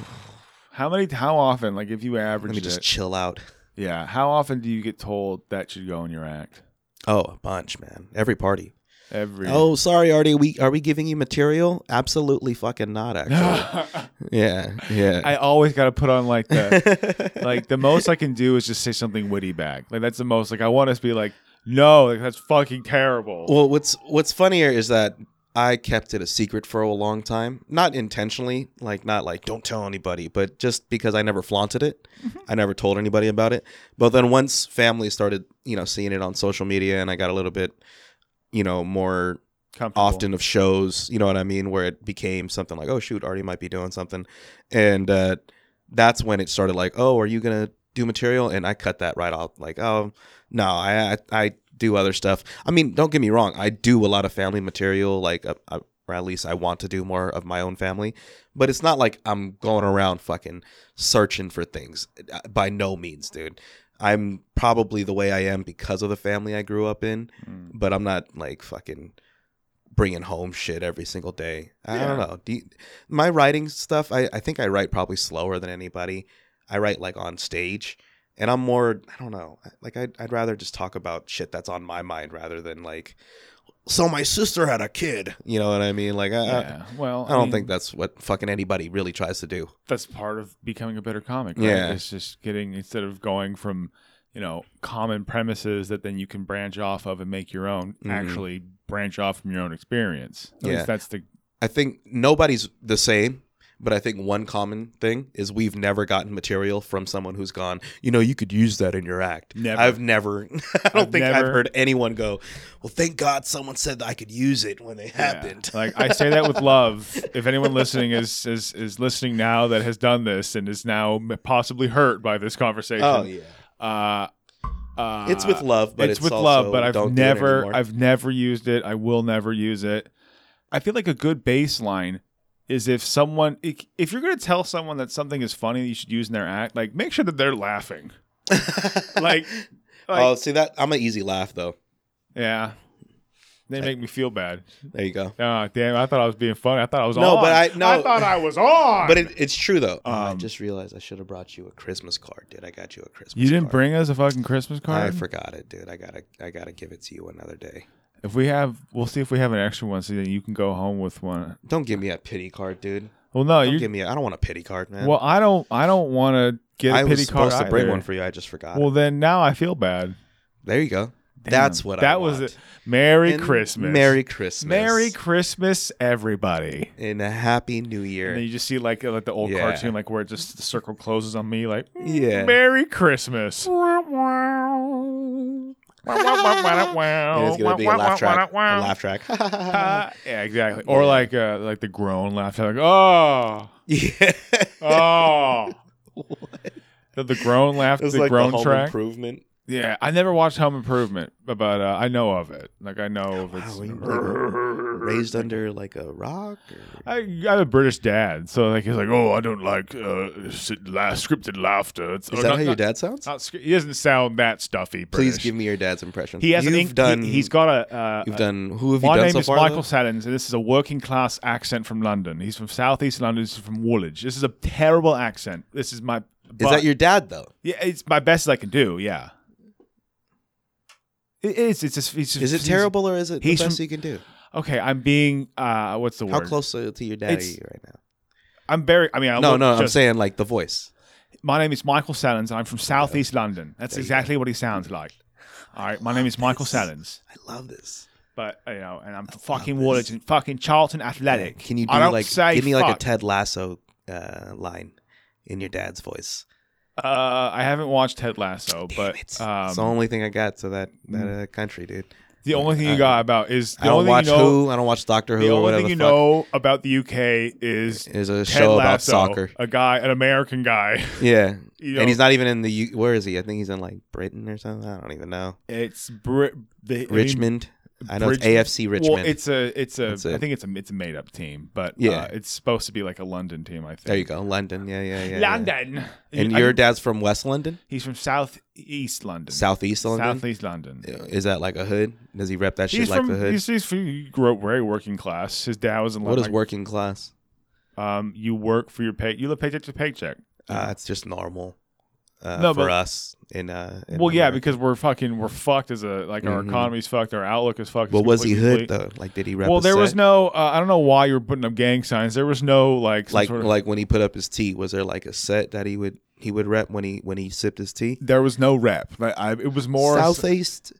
[SPEAKER 1] how many? How often? Like, if you
[SPEAKER 2] let
[SPEAKER 1] average
[SPEAKER 2] me
[SPEAKER 1] it,
[SPEAKER 2] just chill out
[SPEAKER 1] yeah. How often do you get told that should go in your act?
[SPEAKER 2] oh a bunch man every party
[SPEAKER 1] Every.
[SPEAKER 2] oh sorry Artie we are we giving you material absolutely fucking not actually
[SPEAKER 1] I
[SPEAKER 2] yeah yeah
[SPEAKER 1] always got to put on like the like the most I can do is just say something witty back. Like that's the most. Like I want us to be like, no, like that's fucking terrible.
[SPEAKER 2] Well, what's what's funnier is that I kept it a secret for a long time, not intentionally, like not like don't tell anybody, but just because I never flaunted it, I never told anybody about it. But then once family started, you know, seeing it on social media, and I got a little bit, you know, more
[SPEAKER 1] Comfortable.
[SPEAKER 2] often of shows, you know what I mean, where it became something like, oh shoot, Artie might be doing something, and uh, that's when it started like, oh, are you gonna do material? And I cut that right off, like, oh no, I I, I do other stuff. I mean, don't get me wrong, I do a lot of family material, like, uh, uh, or at least I want to do more of my own family, but it's not like I'm going around fucking searching for things. Uh, By no means, dude. I'm probably the way I am because of the family I grew up in,
[SPEAKER 1] Mm.
[SPEAKER 2] but I'm not like fucking bringing home shit every single day. I don't
[SPEAKER 1] Yeah.
[SPEAKER 2] know. Do you- my writing stuff, I, I think I write probably slower than anybody. I write like on stage and I'm more, I don't know, like I'd, I'd rather just talk about shit that's on my mind rather than like, so my sister had a kid. You know what I mean? Like, I, I-
[SPEAKER 1] Yeah. Well,
[SPEAKER 2] Uh, I don't
[SPEAKER 1] mean,
[SPEAKER 2] think that's what fucking anybody really tries to do.
[SPEAKER 1] that's part of becoming a better comic. Right?
[SPEAKER 2] Yeah.
[SPEAKER 1] it's just getting instead of going from you know common premises that then you can branch off of and make your own.
[SPEAKER 2] Mhm.
[SPEAKER 1] Actually, branch off from your own experience. At
[SPEAKER 2] Yeah.
[SPEAKER 1] least that's the
[SPEAKER 2] I think nobody's the same, but I think one common thing is we've never gotten material from someone who's gone, you know, you could use that in your act.
[SPEAKER 1] Never.
[SPEAKER 2] I've never, I don't
[SPEAKER 1] I've
[SPEAKER 2] think
[SPEAKER 1] never-
[SPEAKER 2] I've heard anyone go, well, thank God someone said that I could use it when they
[SPEAKER 1] Yeah. Oh,
[SPEAKER 2] happened.
[SPEAKER 1] Like I say that with love. If anyone listening is is is listening now that has done this and is now m- possibly hurt by this conversation,
[SPEAKER 2] Oh, yeah.
[SPEAKER 1] uh, uh,
[SPEAKER 2] it's with love, but
[SPEAKER 1] it's
[SPEAKER 2] it's,
[SPEAKER 1] with
[SPEAKER 2] also
[SPEAKER 1] love, but I've
[SPEAKER 2] don't do it
[SPEAKER 1] never
[SPEAKER 2] anymore.
[SPEAKER 1] I've never used it. I will never use it. I feel like a good baseline is if someone if if you're going to tell someone that something is funny that you should use in their act, like make sure that they're laughing. like- Like,
[SPEAKER 2] oh, see that? I'm an easy laugh, though.
[SPEAKER 1] yeah. They make me feel bad.
[SPEAKER 2] There you go.
[SPEAKER 1] Oh, damn! I thought I was being funny. I thought I was
[SPEAKER 2] No,
[SPEAKER 1] on.
[SPEAKER 2] but I- no.
[SPEAKER 1] I thought I was on.
[SPEAKER 2] But it, it's true, though. Oh, I
[SPEAKER 1] Um,
[SPEAKER 2] just realized I should have brought you a Christmas card, dude. I got you a Christmas
[SPEAKER 1] You didn't
[SPEAKER 2] card.
[SPEAKER 1] bring us a fucking Christmas card.
[SPEAKER 2] I forgot it, dude. I gotta, I gotta give it to you another day.
[SPEAKER 1] If we have, we'll see if we have an extra one, so then you can go home with one.
[SPEAKER 2] Don't give me a pity card, dude.
[SPEAKER 1] Well, no,
[SPEAKER 2] Don't
[SPEAKER 1] you.
[SPEAKER 2] give me. A, I don't want a pity card, man.
[SPEAKER 1] Oh, Well, I don't. I don't want to get a
[SPEAKER 2] I
[SPEAKER 1] pity
[SPEAKER 2] was supposed
[SPEAKER 1] card
[SPEAKER 2] to bring
[SPEAKER 1] either.
[SPEAKER 2] one for you. I just forgot.
[SPEAKER 1] Well,
[SPEAKER 2] it.
[SPEAKER 1] then now I feel bad.
[SPEAKER 2] there you go. That's
[SPEAKER 1] Damn.
[SPEAKER 2] what.
[SPEAKER 1] that
[SPEAKER 2] I
[SPEAKER 1] was.
[SPEAKER 2] want.
[SPEAKER 1] It. Merry
[SPEAKER 2] And
[SPEAKER 1] Christmas.
[SPEAKER 2] Merry Christmas.
[SPEAKER 1] Merry Christmas, everybody.
[SPEAKER 2] and a happy New Year.
[SPEAKER 1] And then you just see like uh, like the old
[SPEAKER 2] Yeah.
[SPEAKER 1] cartoon, like where it just the circle closes on me, like "Mm,
[SPEAKER 2] yeah.
[SPEAKER 1] Merry Christmas.
[SPEAKER 2] And it's gonna be a laugh track. A laugh track.
[SPEAKER 1] Uh, yeah, exactly. Or like uh, like the groan laughter, like oh,
[SPEAKER 2] yeah.
[SPEAKER 1] oh. the, the groan laugh,
[SPEAKER 2] It's
[SPEAKER 1] the
[SPEAKER 2] like
[SPEAKER 1] groan
[SPEAKER 2] the home
[SPEAKER 1] track.
[SPEAKER 2] improvement.
[SPEAKER 1] yeah, I never watched Home Improvement, but uh, I know of it. Like I know of it's.
[SPEAKER 2] Wow, we were raised under like a rock. or-
[SPEAKER 1] I, I have a British dad, so like he's like, oh, I don't like uh, s- la- scripted laughter. It's,
[SPEAKER 2] Is
[SPEAKER 1] or
[SPEAKER 2] that
[SPEAKER 1] not-
[SPEAKER 2] how your
[SPEAKER 1] Oh, not-
[SPEAKER 2] dad sounds?
[SPEAKER 1] not sc- he doesn't sound that stuffy.
[SPEAKER 2] Please
[SPEAKER 1] British.
[SPEAKER 2] give me your dad's impression.
[SPEAKER 1] He has
[SPEAKER 2] you've
[SPEAKER 1] an ink.
[SPEAKER 2] done.
[SPEAKER 1] he, has got a. Uh,
[SPEAKER 2] You've
[SPEAKER 1] a-
[SPEAKER 2] done. Who have you
[SPEAKER 1] My
[SPEAKER 2] done
[SPEAKER 1] name
[SPEAKER 2] so
[SPEAKER 1] is
[SPEAKER 2] far?
[SPEAKER 1] Michael
[SPEAKER 2] though?
[SPEAKER 1] Saddens, and this is a working class accent from London. He's from southeast London. He's from Woolwich. This is a terrible accent. This is my.
[SPEAKER 2] Is that your dad though?
[SPEAKER 1] Yeah, it's my best I can do. Yeah. It is. It's just. It's just
[SPEAKER 2] Is it
[SPEAKER 1] he's-
[SPEAKER 2] terrible or is it the
[SPEAKER 1] he's
[SPEAKER 2] best
[SPEAKER 1] from-
[SPEAKER 2] you can do?
[SPEAKER 1] Okay, I'm being. uh What's the word?
[SPEAKER 2] How close to to your dad
[SPEAKER 1] It's-
[SPEAKER 2] are you right now?
[SPEAKER 1] I'm very. I mean, I
[SPEAKER 2] no,
[SPEAKER 1] look
[SPEAKER 2] no, I'm
[SPEAKER 1] just-
[SPEAKER 2] saying like the voice.
[SPEAKER 1] My name is Michael Sallins, and I'm from southeast London. That's
[SPEAKER 2] There you
[SPEAKER 1] exactly what he sounds like. All right, my name is Michael Sallins,
[SPEAKER 2] I love this.
[SPEAKER 1] but you know, and I'm from fucking Woolwich and fucking Charlton Athletic.
[SPEAKER 2] Can you do
[SPEAKER 1] I don't
[SPEAKER 2] like
[SPEAKER 1] say
[SPEAKER 2] give me like a
[SPEAKER 1] fuck.
[SPEAKER 2] Ted Lasso uh, line in your dad's voice?
[SPEAKER 1] Uh, I haven't watched Ted Lasso,
[SPEAKER 2] Damn
[SPEAKER 1] but
[SPEAKER 2] it.
[SPEAKER 1] um, mm.
[SPEAKER 2] it's the only thing I got to that that uh, country, dude.
[SPEAKER 1] the only thing you
[SPEAKER 2] I-
[SPEAKER 1] got about is the
[SPEAKER 2] I don't
[SPEAKER 1] only
[SPEAKER 2] watch
[SPEAKER 1] thing you know,
[SPEAKER 2] Who. I don't watch Doctor Who.
[SPEAKER 1] the
[SPEAKER 2] or
[SPEAKER 1] only
[SPEAKER 2] whatever
[SPEAKER 1] thing you
[SPEAKER 2] the fuck.
[SPEAKER 1] know about the UK is
[SPEAKER 2] is a
[SPEAKER 1] Ted
[SPEAKER 2] show about
[SPEAKER 1] Lasso,
[SPEAKER 2] soccer.
[SPEAKER 1] a guy, an American guy.
[SPEAKER 2] Yeah,
[SPEAKER 1] You know,
[SPEAKER 2] and he's not even in the. U- Where is he? I think he's in like Britain or something. I don't even know.
[SPEAKER 1] It's Brit, the, I mean,
[SPEAKER 2] Richmond. I know
[SPEAKER 1] Bridge-
[SPEAKER 2] it's AFC Richmond.
[SPEAKER 1] Well, it's a it's a
[SPEAKER 2] That's it.
[SPEAKER 1] I think it's a it's a made up team, but
[SPEAKER 2] Yeah.
[SPEAKER 1] uh, it's supposed to be like a London team. I think.
[SPEAKER 2] there you go, London. Yeah, yeah, yeah. yeah.
[SPEAKER 1] London.
[SPEAKER 2] And
[SPEAKER 1] I-
[SPEAKER 2] your dad's from West London,
[SPEAKER 1] he's from southeast London.
[SPEAKER 2] Southeast London.
[SPEAKER 1] Southeast London.
[SPEAKER 2] Is that like a hood? Does he rep that shit
[SPEAKER 1] He's
[SPEAKER 2] like
[SPEAKER 1] from,
[SPEAKER 2] the hood?
[SPEAKER 1] he's, he's from- he grew up very working class. His dad was in
[SPEAKER 2] What is
[SPEAKER 1] like,
[SPEAKER 2] working class?
[SPEAKER 1] Um, you work for your pay. You live paycheck to paycheck.
[SPEAKER 2] Uh, it's just normal uh,
[SPEAKER 1] No,
[SPEAKER 2] for
[SPEAKER 1] but-
[SPEAKER 2] us. In, uh, in
[SPEAKER 1] Well, yeah,
[SPEAKER 2] America.
[SPEAKER 1] because we're fucking we're fucked as a like our
[SPEAKER 2] Mhm.
[SPEAKER 1] economy's fucked, our outlook is fucked.
[SPEAKER 2] But
[SPEAKER 1] It's
[SPEAKER 2] was he
[SPEAKER 1] completely-
[SPEAKER 2] hood though? Like, did he rep?
[SPEAKER 1] Well,
[SPEAKER 2] a
[SPEAKER 1] there was
[SPEAKER 2] set?
[SPEAKER 1] no. Uh, I don't know why you were putting up gang signs. There was no like some
[SPEAKER 2] like
[SPEAKER 1] sort of,
[SPEAKER 2] like when he put up his tea. Was there like a set that he would he would rep when he when he sipped his tea?
[SPEAKER 1] There was no rep. Like, I, it was more
[SPEAKER 2] Southeast,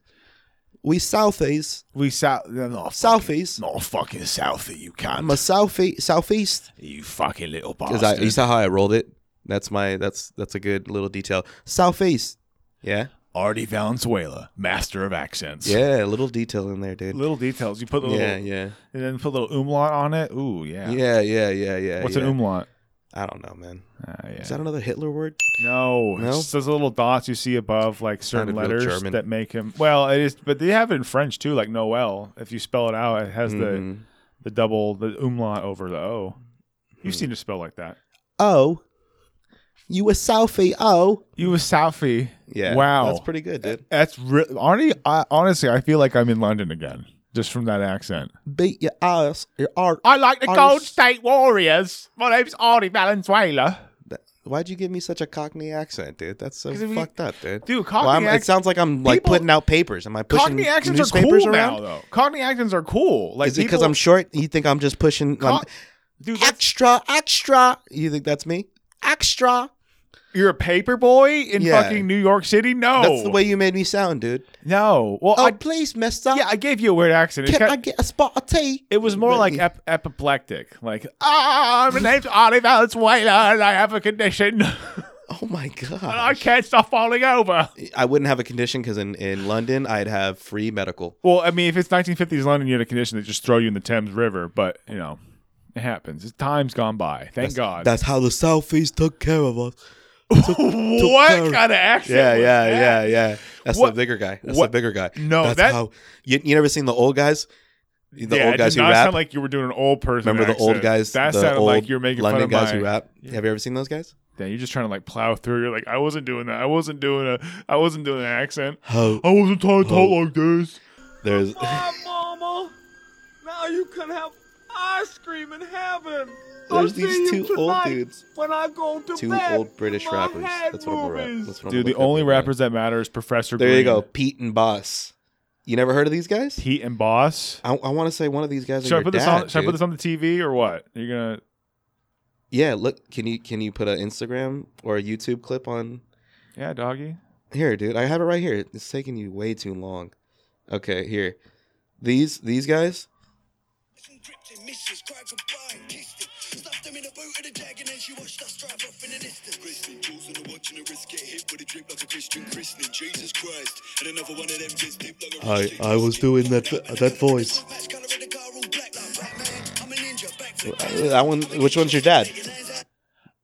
[SPEAKER 2] we Southeast.
[SPEAKER 1] We south no,
[SPEAKER 2] Southeast.
[SPEAKER 1] not fucking south. You can't.
[SPEAKER 2] I'm a Southeast Southeast.
[SPEAKER 1] you fucking little
[SPEAKER 2] Because I, you saw how I rolled it. That's my. That's that's a good little detail. Southeast. Yeah.
[SPEAKER 1] Artie Valenzuela, master of accents.
[SPEAKER 2] Yeah. Little detail in there, dude.
[SPEAKER 1] Little details. You put a little
[SPEAKER 2] Yeah. Yeah.
[SPEAKER 1] and then put a little umlaut on it. Ooh, yeah.
[SPEAKER 2] Yeah. Yeah. Yeah. Yeah.
[SPEAKER 1] What's
[SPEAKER 2] yeah.
[SPEAKER 1] an umlaut?
[SPEAKER 2] I don't know, man.
[SPEAKER 1] Uh, yeah.
[SPEAKER 2] Is that another Hitler word?
[SPEAKER 1] no,
[SPEAKER 2] No?
[SPEAKER 1] it's just those little dots you see above, like certain
[SPEAKER 2] Sounded real
[SPEAKER 1] letters
[SPEAKER 2] German.
[SPEAKER 1] that make him. Well, it is, but they have it in French too, like Noel. If you spell it out, it has the
[SPEAKER 2] Mhm.
[SPEAKER 1] the double the umlaut over the O.
[SPEAKER 2] Hmm.
[SPEAKER 1] You've seen it spelled like that.
[SPEAKER 2] Oh. You were Southie. Oh. Uh,
[SPEAKER 1] You was Southie.
[SPEAKER 2] Yeah.
[SPEAKER 1] Wow.
[SPEAKER 2] That's pretty good, dude.
[SPEAKER 1] That's re- Arnie. I, honestly, I feel like I'm in London again, just from that accent.
[SPEAKER 2] Beat your ass. Your art.
[SPEAKER 1] I like the
[SPEAKER 2] Arnie-
[SPEAKER 1] Gold State Warriors. My name's Arnie Valenzuela.
[SPEAKER 2] Why'd you give me such a Cockney accent, dude? That's so
[SPEAKER 1] 'Cause if you-
[SPEAKER 2] fucked up, dude.
[SPEAKER 1] Dude,
[SPEAKER 2] Well,
[SPEAKER 1] Cockney,
[SPEAKER 2] I'm- it
[SPEAKER 1] acc-
[SPEAKER 2] sounds like I'm like
[SPEAKER 1] People-
[SPEAKER 2] putting out papers. Am I pushing
[SPEAKER 1] Cockney accents are
[SPEAKER 2] newspapers
[SPEAKER 1] cool
[SPEAKER 2] around?
[SPEAKER 1] now, though. Cockney accents are cool. Like,
[SPEAKER 2] Is it because
[SPEAKER 1] people-
[SPEAKER 2] I'm short? You think I'm just pushing? I'm-
[SPEAKER 1] Co- dude, that's,
[SPEAKER 2] extra, extra. You think that's me? Extra.
[SPEAKER 1] you're a paper boy in
[SPEAKER 2] Yeah.
[SPEAKER 1] fucking New York City? No,
[SPEAKER 2] That's the way you made me sound, dude.
[SPEAKER 1] No, well,
[SPEAKER 2] Oh,
[SPEAKER 1] I,
[SPEAKER 2] please, mister.
[SPEAKER 1] yeah, I gave you a weird accent. It's
[SPEAKER 2] Can
[SPEAKER 1] kind-
[SPEAKER 2] I get a spot of tea?
[SPEAKER 1] it was more like
[SPEAKER 2] Really?
[SPEAKER 1] ep- apoplectic. Like, ah, my name's Arnie Valenzuela, and I have a condition, and
[SPEAKER 2] oh my god.
[SPEAKER 1] I
[SPEAKER 2] I,
[SPEAKER 1] can't stop falling over.
[SPEAKER 2] wouldn't have a condition because in, in London I'd have free medical.
[SPEAKER 1] Well, I mean, if it's 1950s London, you had a condition that just throw you in the Thames River, but you know, it happens. It's time's gone by. Thank God.
[SPEAKER 2] That's how the Southeast took care of us.
[SPEAKER 1] what
[SPEAKER 2] took care-
[SPEAKER 1] kind of accent?
[SPEAKER 2] Yeah,
[SPEAKER 1] was
[SPEAKER 2] yeah,
[SPEAKER 1] that?
[SPEAKER 2] yeah, yeah. That's
[SPEAKER 1] What-
[SPEAKER 2] the bigger guy. That's
[SPEAKER 1] what-
[SPEAKER 2] the bigger guy.
[SPEAKER 1] No,
[SPEAKER 2] that's
[SPEAKER 1] that-
[SPEAKER 2] how. You, you never seen the old guys? The
[SPEAKER 1] yeah,
[SPEAKER 2] old guys
[SPEAKER 1] it did
[SPEAKER 2] who
[SPEAKER 1] not
[SPEAKER 2] rap.
[SPEAKER 1] sound like you were doing an old person.
[SPEAKER 2] Remember the old
[SPEAKER 1] accent.
[SPEAKER 2] guys?
[SPEAKER 1] That
[SPEAKER 2] the
[SPEAKER 1] sounded
[SPEAKER 2] old
[SPEAKER 1] like you're making
[SPEAKER 2] London
[SPEAKER 1] fun of
[SPEAKER 2] guys
[SPEAKER 1] my,
[SPEAKER 2] who rap. Have you ever seen those guys?
[SPEAKER 1] Yeah, you're just trying to like plow through. You're like, I wasn't doing that. I wasn't doing a. I wasn't doing an accent.
[SPEAKER 2] Ho,
[SPEAKER 1] I wasn't trying to talk
[SPEAKER 2] Oh.
[SPEAKER 1] like this.
[SPEAKER 2] there's
[SPEAKER 1] Oh,
[SPEAKER 7] mama. Now you can have ice cream in heaven.
[SPEAKER 2] there's
[SPEAKER 7] I'll see
[SPEAKER 2] these
[SPEAKER 7] you
[SPEAKER 2] two old
[SPEAKER 7] tonight
[SPEAKER 2] dudes.
[SPEAKER 7] When I go to
[SPEAKER 2] two
[SPEAKER 7] bed
[SPEAKER 2] old British
[SPEAKER 7] my
[SPEAKER 2] rappers.
[SPEAKER 7] head
[SPEAKER 2] That's what I'm rapping.
[SPEAKER 7] movies.
[SPEAKER 2] That's what I'm
[SPEAKER 1] Dude, the
[SPEAKER 2] looking up
[SPEAKER 1] only
[SPEAKER 2] right now.
[SPEAKER 1] rappers that matter is Professor.
[SPEAKER 2] There you
[SPEAKER 1] Green,
[SPEAKER 2] go, Pete and Boss. You never heard of these guys?
[SPEAKER 1] Pete and Boss.
[SPEAKER 2] I, I want to say one of these guys.
[SPEAKER 1] Should
[SPEAKER 2] are
[SPEAKER 1] I
[SPEAKER 2] your
[SPEAKER 1] put this
[SPEAKER 2] dad,
[SPEAKER 1] on? Should I put
[SPEAKER 2] dude.
[SPEAKER 1] this on the TV or what? You're gonna.
[SPEAKER 2] Yeah, look. Can you can you put an Instagram or a YouTube clip on
[SPEAKER 1] Yeah, doggy.
[SPEAKER 2] here, dude? I have it right here. It's taking you way too long. Okay, here. These these guys.
[SPEAKER 8] Dripped in misses, cried goodbye and kissed him. Stuffed him in a boot of the jag and then she watched us drive off in an instant. Christian jewels on the watch and a wrist get hit with a drip like a Christian christening. Jesus Christ. And another one of them just dipped like a
[SPEAKER 2] I I was doing that that voice.
[SPEAKER 8] patch colour in the car all black like Batman. I'm a ninja, backflip.
[SPEAKER 2] That one. Which one's your dad?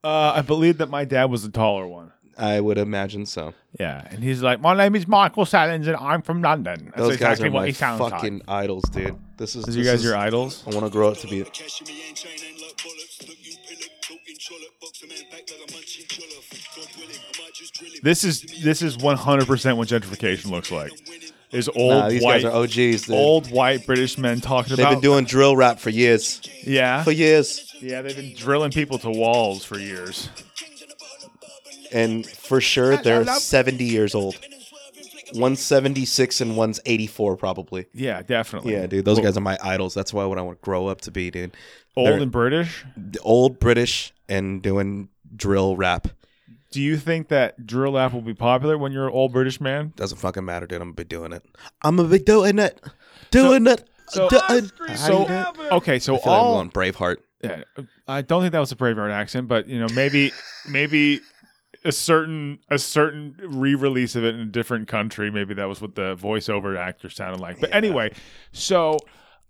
[SPEAKER 1] Uh, I believe that my dad was the taller one.
[SPEAKER 2] I would imagine so.
[SPEAKER 1] Yeah, and he's like, "My name is Michael Salins, and I'm from London." That's
[SPEAKER 2] Those guys
[SPEAKER 1] exactly
[SPEAKER 2] are
[SPEAKER 1] what
[SPEAKER 2] my
[SPEAKER 1] he sounds like.
[SPEAKER 2] fucking idols, dude. This is.
[SPEAKER 1] Is you
[SPEAKER 2] this
[SPEAKER 1] guys
[SPEAKER 2] is-
[SPEAKER 1] your idols?
[SPEAKER 2] I want to grow up to be.
[SPEAKER 8] Cashmere and chain ain't like bollocks. Look, you pillock, talking trollop. Box a man back like a munching trollop. God willing, I might just drill him.
[SPEAKER 1] This is this is 100 percent what gentrification looks like. Is old
[SPEAKER 2] Nah, these
[SPEAKER 1] white
[SPEAKER 2] guys are OGs. Dude.
[SPEAKER 1] old white British men talking
[SPEAKER 2] They've
[SPEAKER 1] about
[SPEAKER 2] been doing drill rap for years.
[SPEAKER 1] yeah
[SPEAKER 2] For years.
[SPEAKER 1] yeah they've been drilling people to walls for years.
[SPEAKER 2] And for sure, they're 70 years old. One's 76 and one's 84, probably.
[SPEAKER 1] Yeah, definitely.
[SPEAKER 2] Yeah, dude. Those guys are my idols. That's why what I want to grow up to be, dude.
[SPEAKER 1] old
[SPEAKER 2] They're
[SPEAKER 1] and British.
[SPEAKER 2] old British and doing drill rap.
[SPEAKER 1] Do you think that drill rap will be popular when you're an old British man?
[SPEAKER 2] Doesn't fucking matter, dude. I'm going to be doing it. I'm going to be doing it. Doing it.
[SPEAKER 1] so-
[SPEAKER 2] doing. How do
[SPEAKER 1] So
[SPEAKER 2] you do it?
[SPEAKER 1] okay, so
[SPEAKER 2] I feel like I'm
[SPEAKER 1] all
[SPEAKER 2] going Braveheart.
[SPEAKER 1] yeah, I don't think that was a Braveheart accent, but you know, maybe maybe a certain a certain re-release of it in a different country, maybe that was what the voiceover actor sounded like. But anyway, so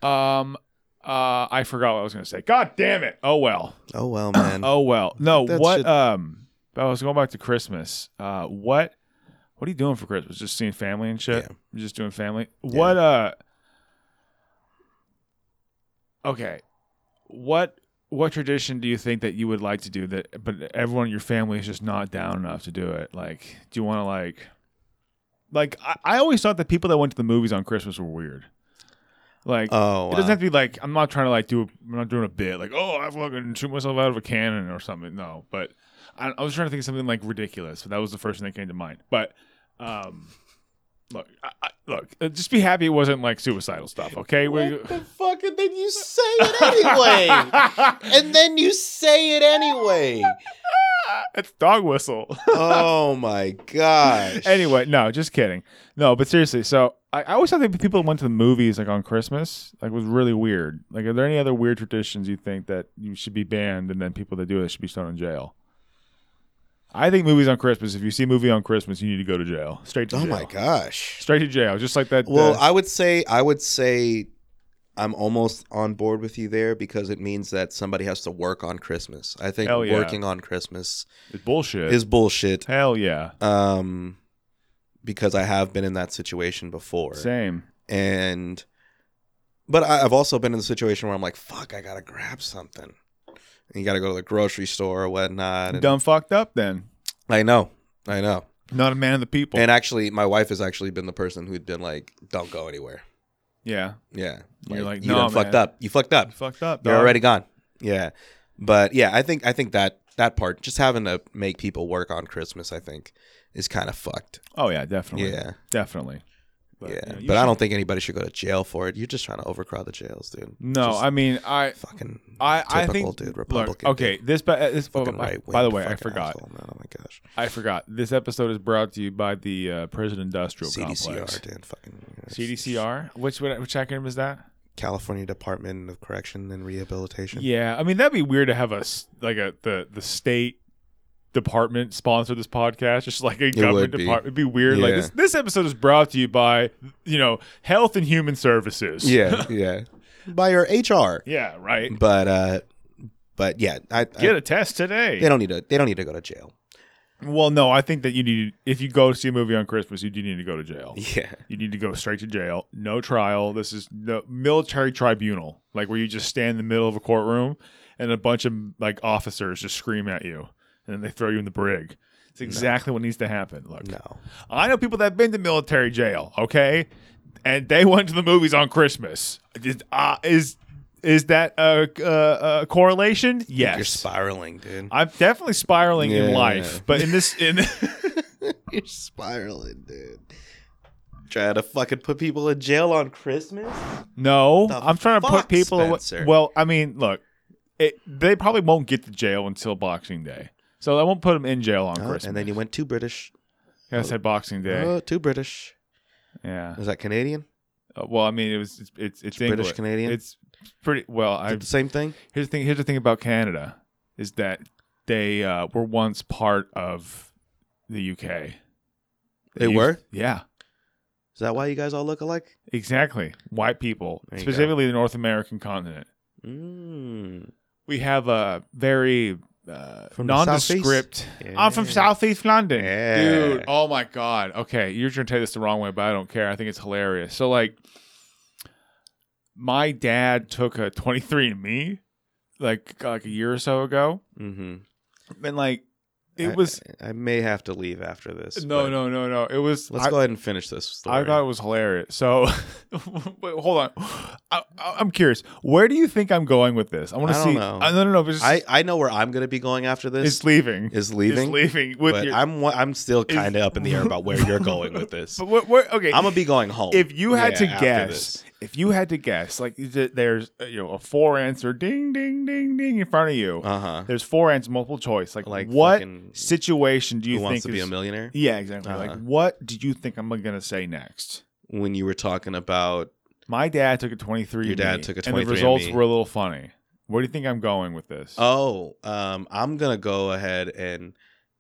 [SPEAKER 1] um uh I forgot what I was going to say. God damn it. Oh well.
[SPEAKER 2] Oh, well, man.
[SPEAKER 1] Oh well. No,
[SPEAKER 2] That
[SPEAKER 1] what
[SPEAKER 2] should-
[SPEAKER 1] um I was going back to Christmas. Uh what what are you doing for Christmas? Just seeing family and shit?
[SPEAKER 2] Yeah.
[SPEAKER 1] Just doing family. What uh okay, what what tradition do you think that you would like to do that, but everyone in your family is just not down enough to do it? Like, do you want to like, like I, I always thought that people that went to the movies on Christmas were weird. Like,
[SPEAKER 2] Oh,
[SPEAKER 1] it doesn't have to be like I'm not trying to like do. A, I'm not doing a bit like oh I fucking shoot myself out of a cannon or something. No, but I, I was trying to think of something like ridiculous. But that was the first thing that came to mind. But um, look, I, I, look, uh, just be happy it wasn't like suicidal stuff. Okay, we,
[SPEAKER 9] What the fuck? And then you say it anyway. and then you say it anyway.
[SPEAKER 1] it's dog whistle.
[SPEAKER 2] oh my gosh.
[SPEAKER 1] anyway, no, just kidding. No, but seriously, so I, I always thought that people went to the movies like on Christmas like was really weird. Like, are there any other weird traditions you think that you should be banned, and then people that do it should be thrown in jail? I think movies on Christmas. If you see a movie on Christmas, you need to go to jail. Straight to
[SPEAKER 2] Oh
[SPEAKER 1] jail.
[SPEAKER 2] my gosh.
[SPEAKER 1] Straight to jail, just like that.
[SPEAKER 2] Well,
[SPEAKER 1] uh,
[SPEAKER 2] I would say I would say I'm almost on board with you there because it means that somebody has to work on Christmas. I think
[SPEAKER 1] Hell yeah.
[SPEAKER 2] working on Christmas
[SPEAKER 1] it's bullshit.
[SPEAKER 2] is bullshit.
[SPEAKER 1] Hell yeah,
[SPEAKER 2] Um because I have been in that situation before.
[SPEAKER 1] same.
[SPEAKER 2] And but I, I've also been in the situation where I'm like, fuck, I gotta grab something. And you gotta go to the grocery store or whatnot. And
[SPEAKER 1] Dumb fucked up. Then
[SPEAKER 2] I know. I know.
[SPEAKER 1] not a man of the people.
[SPEAKER 2] And actually, my wife has actually been the person who'd been like, "Don't go anywhere."
[SPEAKER 1] yeah,
[SPEAKER 2] Yeah,
[SPEAKER 1] You're like,
[SPEAKER 2] you
[SPEAKER 1] "No,
[SPEAKER 2] done fucked
[SPEAKER 1] man."
[SPEAKER 2] up. You fucked up.
[SPEAKER 1] fucked up.
[SPEAKER 2] You're
[SPEAKER 1] dog.
[SPEAKER 2] already gone. Yeah, but yeah, I think I think that that part, just having to make people work on Christmas, I think, is kind of fucked.
[SPEAKER 1] Oh yeah, definitely.
[SPEAKER 2] Yeah.
[SPEAKER 1] definitely.
[SPEAKER 2] yeah,
[SPEAKER 1] you know, you
[SPEAKER 2] but I
[SPEAKER 1] should-
[SPEAKER 2] don't think anybody should go to jail for it. You're just trying to overcrowd the jails, dude.
[SPEAKER 1] No,
[SPEAKER 2] Just
[SPEAKER 1] I mean, I
[SPEAKER 2] fucking
[SPEAKER 1] I, I
[SPEAKER 2] typical,
[SPEAKER 1] think
[SPEAKER 2] dude.
[SPEAKER 1] look,
[SPEAKER 2] Republican.
[SPEAKER 1] okay,
[SPEAKER 2] dude.
[SPEAKER 1] this, but this oh,
[SPEAKER 2] Fucking
[SPEAKER 1] by-
[SPEAKER 2] right-wing
[SPEAKER 1] by the way, I
[SPEAKER 2] fucking
[SPEAKER 1] forgot.
[SPEAKER 2] asshole, man. Oh my gosh.
[SPEAKER 1] I forgot. This episode is brought to you by the uh, Prison Industrial Complex.
[SPEAKER 2] CDCR, dude. Fucking
[SPEAKER 1] CDCR. Which what- which acronym is that?
[SPEAKER 2] California Department of Correction and Rehabilitation.
[SPEAKER 1] Yeah, I mean that'd be weird to have a s- like a the the state department sponsor this podcast, just like a
[SPEAKER 2] would
[SPEAKER 1] government
[SPEAKER 2] be.
[SPEAKER 1] department. It'd be weird. Like
[SPEAKER 2] Yeah.
[SPEAKER 1] this, this episode is brought to you by you know Health and Human Services.
[SPEAKER 2] yeah, yeah. By your HR.
[SPEAKER 1] yeah, right.
[SPEAKER 2] But uh but yeah, I, I
[SPEAKER 1] Get a test today.
[SPEAKER 2] they don't need to they don't need to go to jail.
[SPEAKER 1] well, no, I think that you need if you go see a movie on Christmas, you do need to go to jail.
[SPEAKER 2] Yeah.
[SPEAKER 1] You need to go straight to jail. No trial. This is no military tribunal, like where you just stand in the middle of a courtroom and a bunch of like officers just scream at you and then they throw you in the brig. It's exactly what needs to happen. Look,
[SPEAKER 2] No.
[SPEAKER 1] I know people that have been to military jail, okay, and they went to the movies on Christmas. Is uh, is, is that a, a, a correlation?
[SPEAKER 2] You're
[SPEAKER 1] Yes.
[SPEAKER 2] spiraling, dude.
[SPEAKER 1] I'm definitely spiraling in
[SPEAKER 2] Yeah.
[SPEAKER 1] life, but in this in
[SPEAKER 2] You're spiraling, dude. Trying to fucking put people in jail on Christmas?
[SPEAKER 1] No,
[SPEAKER 2] The
[SPEAKER 1] I'm trying to
[SPEAKER 2] fuck,
[SPEAKER 1] put people. away-
[SPEAKER 2] Spencer?
[SPEAKER 1] Well, I mean, look, it, they probably won't get to jail until Boxing Day, so I won't put them in jail on
[SPEAKER 2] Oh,
[SPEAKER 1] Christmas.
[SPEAKER 2] and then you went too British.
[SPEAKER 1] I said Boxing Day.
[SPEAKER 2] Oh, too British.
[SPEAKER 1] yeah.
[SPEAKER 2] Is that Canadian?
[SPEAKER 1] Uh, well, I mean, it was it's it's, it's
[SPEAKER 2] British
[SPEAKER 1] English.
[SPEAKER 2] Canadian?
[SPEAKER 1] It's pretty well.
[SPEAKER 2] Is
[SPEAKER 1] I
[SPEAKER 2] it the same thing?
[SPEAKER 1] here's the thing. Here's the thing about Canada is that they uh, were once part of the UK.
[SPEAKER 2] They
[SPEAKER 1] used-
[SPEAKER 2] were?
[SPEAKER 1] Yeah.
[SPEAKER 2] Is that why you guys all look alike?
[SPEAKER 1] Exactly. White people,
[SPEAKER 2] There you go.
[SPEAKER 1] specifically the North American continent.
[SPEAKER 2] Mm.
[SPEAKER 1] we have a very uh,
[SPEAKER 2] From the
[SPEAKER 1] nondescript.
[SPEAKER 2] Southeast?
[SPEAKER 1] I'm from
[SPEAKER 2] Yeah.
[SPEAKER 1] Southeast London,
[SPEAKER 2] Yeah.
[SPEAKER 1] dude. Oh my god. Okay, you're gonna take this the wrong way, but I don't care. I think it's hilarious. So like, my dad took a 23andMe like like a year or so ago,
[SPEAKER 2] Mm-hmm.
[SPEAKER 1] and like it was
[SPEAKER 2] I, I may have to leave after this.
[SPEAKER 1] no
[SPEAKER 2] but
[SPEAKER 1] no no no. It was
[SPEAKER 2] Let's
[SPEAKER 1] I-
[SPEAKER 2] go ahead and finish this story.
[SPEAKER 1] I thought it was hilarious. So, wait, hold on. I, I, I'm curious. Where do you think I'm going with this? I want
[SPEAKER 2] I
[SPEAKER 1] to
[SPEAKER 2] don't
[SPEAKER 1] see. Uh,
[SPEAKER 2] know.
[SPEAKER 1] I don't know. If it's,
[SPEAKER 2] I, I know where I'm going to be going after this.
[SPEAKER 1] it's leaving.
[SPEAKER 2] is leaving.
[SPEAKER 1] It's leaving with
[SPEAKER 2] but
[SPEAKER 1] your,
[SPEAKER 2] I'm wa- I'm still kind of up in the air about where you're going with this.
[SPEAKER 1] But what, what, okay,
[SPEAKER 2] I'm gonna be going home.
[SPEAKER 1] if you had
[SPEAKER 2] yeah,
[SPEAKER 1] to
[SPEAKER 2] after
[SPEAKER 1] guess,
[SPEAKER 2] this.
[SPEAKER 1] if you had to guess, like is it- there's uh, you know a four answer ding ding ding ding in front of you.
[SPEAKER 2] uh-huh,
[SPEAKER 1] there's four answer multiple choice. Like,
[SPEAKER 2] Like
[SPEAKER 1] what
[SPEAKER 2] fucking
[SPEAKER 1] situation do you
[SPEAKER 2] who
[SPEAKER 1] think
[SPEAKER 2] wants to be
[SPEAKER 1] is-
[SPEAKER 2] a millionaire?
[SPEAKER 1] Yeah, exactly. Like
[SPEAKER 2] Uh-huh.
[SPEAKER 1] what do you think I'm gonna say next?
[SPEAKER 2] When you were talking about
[SPEAKER 1] My dad took a 23.
[SPEAKER 2] Your dad took a
[SPEAKER 1] And the results
[SPEAKER 2] 23andMe.
[SPEAKER 1] were a little funny. Where do you think I'm going with this?
[SPEAKER 2] oh, um, I'm gonna go ahead and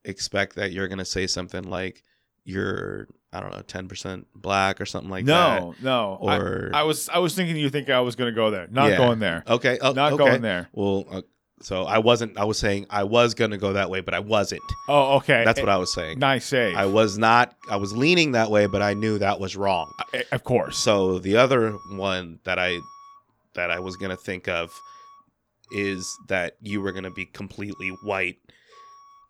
[SPEAKER 2] expect that you're gonna say something like you're I don't know, ten percent black or something like that.
[SPEAKER 1] no, no. I-
[SPEAKER 2] or-
[SPEAKER 1] I, was I was thinking you think I was gonna go there. Not
[SPEAKER 2] Yeah.
[SPEAKER 1] going there.
[SPEAKER 2] Okay, oh,
[SPEAKER 1] Not
[SPEAKER 2] okay.
[SPEAKER 1] going there.
[SPEAKER 2] Well, uh, so I wasn't. I was saying I was gonna go that way, but I wasn't.
[SPEAKER 1] Oh, okay.
[SPEAKER 2] That's what I was saying.
[SPEAKER 1] Nice save.
[SPEAKER 2] I was not. I was leaning that way, but I knew that was wrong.
[SPEAKER 1] of course.
[SPEAKER 2] So the other one that I that I was going to think of is that you were going to be completely white,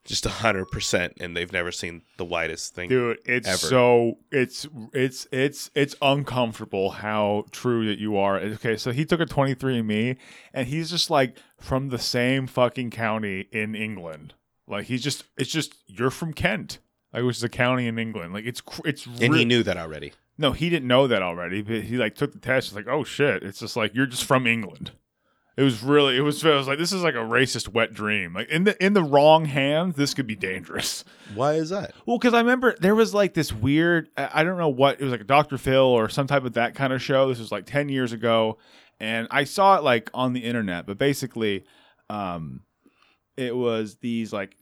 [SPEAKER 2] just 100%, and they've never seen the whitest thing.
[SPEAKER 1] dude it's
[SPEAKER 2] Ever.
[SPEAKER 1] so it's it's it's it's uncomfortable how true that you are okay so he took a 23andme and he's just like from the same fucking county in england like he's just it's just you're from kent like which is a county in england like it's cr- it's
[SPEAKER 2] And
[SPEAKER 1] re-
[SPEAKER 2] he knew that already.
[SPEAKER 1] no he didn't know that already but he like took the test it's like oh shit it's just like you're just from england it was really it was, it was like this is like a racist wet dream like in the in the wrong hands this could be dangerous
[SPEAKER 2] Why is that?
[SPEAKER 1] well, because I remember there was like this weird, I I don't know what, it was like a Dr. Phil or some type of that kind of show. This was like 10 years ago. And I saw it like on the internet, but basically, um, it was these like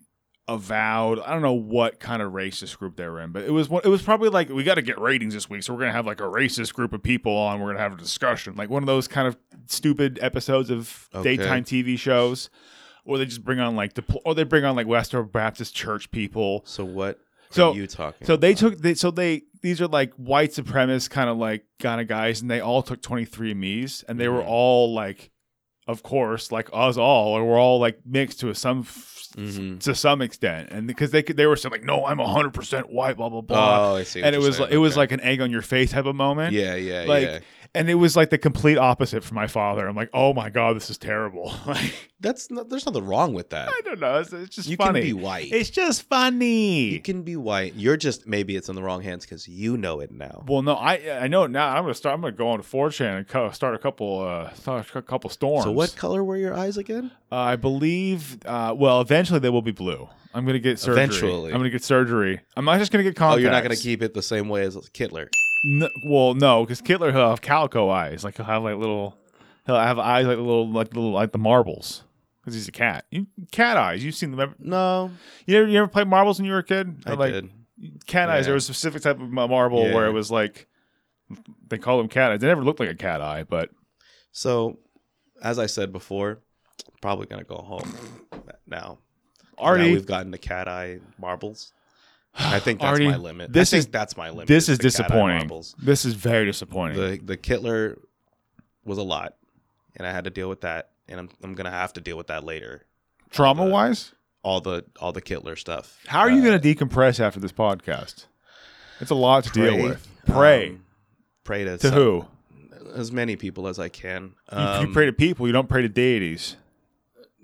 [SPEAKER 1] avowed, I don't know what kind of racist group they were in, but it was one, it was probably like, we got to get ratings this week. So we're going to have like a racist group of people on. We're going to have a discussion, like one of those kind of stupid episodes of
[SPEAKER 2] Okay.
[SPEAKER 1] daytime TV shows. Or they just bring on like, depl- or they bring on like Westboro Baptist church people.
[SPEAKER 2] So what
[SPEAKER 1] So-
[SPEAKER 2] are you talking
[SPEAKER 1] So they
[SPEAKER 2] about?
[SPEAKER 1] took they, so they these are like white supremacist kind of like kind of guys, and they all took twenty three me's, and they were
[SPEAKER 2] Mhm.
[SPEAKER 1] all like, of course, like us all, or we're all like mixed to some f-
[SPEAKER 2] Mhm.
[SPEAKER 1] to some extent, and because they could they were saying like, no, I'm hundred percent white, blah blah blah,
[SPEAKER 2] Oh, I see. what
[SPEAKER 1] and it
[SPEAKER 2] you're
[SPEAKER 1] was
[SPEAKER 2] saying.
[SPEAKER 1] like, it was
[SPEAKER 2] Okay.
[SPEAKER 1] like an egg on your face type of moment,
[SPEAKER 2] yeah, yeah,
[SPEAKER 1] like-
[SPEAKER 2] yeah.
[SPEAKER 1] and it was like the complete opposite for my father. I'm like, oh my god, this is terrible. like
[SPEAKER 2] That's not, there's nothing wrong with that.
[SPEAKER 1] I don't know, it's, it's just
[SPEAKER 2] You
[SPEAKER 1] funny.
[SPEAKER 2] can be white.
[SPEAKER 1] it's just funny.
[SPEAKER 2] you can be white. You're just maybe it's in the wrong hands because you know it now.
[SPEAKER 1] Well, no, I I know it now. I'm gonna start. I'm gonna go on to 4chan and co- start a couple uh start a couple storms.
[SPEAKER 2] So what color were your eyes again?
[SPEAKER 1] Uh, I believe. Uh, well, eventually they will be blue. I'm gonna get surgery.
[SPEAKER 2] Eventually.
[SPEAKER 1] I'm gonna get surgery. I'm not just gonna get
[SPEAKER 2] Oh,
[SPEAKER 1] contacts.
[SPEAKER 2] you're not gonna keep it the same way as Kittler.
[SPEAKER 1] No, well, no, because Kittler he'll have calico eyes. Like he'll have like little. He'll have eyes like little like little like the marbles. Because he's a cat. You, cat eyes. You've seen them. Ever,
[SPEAKER 2] No,
[SPEAKER 1] you ever you ever played marbles when you were a kid?
[SPEAKER 2] I
[SPEAKER 1] Or, like,
[SPEAKER 2] did.
[SPEAKER 1] cat eyes.
[SPEAKER 2] Yeah.
[SPEAKER 1] There was a specific type of ma- marble where
[SPEAKER 2] Yeah.
[SPEAKER 1] it was like they called them cat eyes. They never looked like a cat eye, but
[SPEAKER 2] So, as I said before, probably gonna go home now. now
[SPEAKER 1] Artie,
[SPEAKER 2] we've gotten the cat eye marbles. I think that's
[SPEAKER 1] Artie,
[SPEAKER 2] my limit.
[SPEAKER 1] this
[SPEAKER 2] I
[SPEAKER 1] is-
[SPEAKER 2] think that's my limit.
[SPEAKER 1] this is
[SPEAKER 2] the cat eye
[SPEAKER 1] disappointing.
[SPEAKER 2] marbles.
[SPEAKER 1] This is very disappointing.
[SPEAKER 2] The the Kittler was a lot, and I had to deal with that, and I'm I'm gonna have to deal with that later.
[SPEAKER 1] Trauma wise,
[SPEAKER 2] All the all the Kittler stuff.
[SPEAKER 1] how are you
[SPEAKER 2] Uh,
[SPEAKER 1] going to decompress after this podcast? It's a lot to
[SPEAKER 2] pray,
[SPEAKER 1] deal with. Pray
[SPEAKER 2] um, pray to,
[SPEAKER 1] to
[SPEAKER 2] some-
[SPEAKER 1] who?
[SPEAKER 2] as many people as I can. Um,
[SPEAKER 1] You- you, pray to people. You don't pray to deities.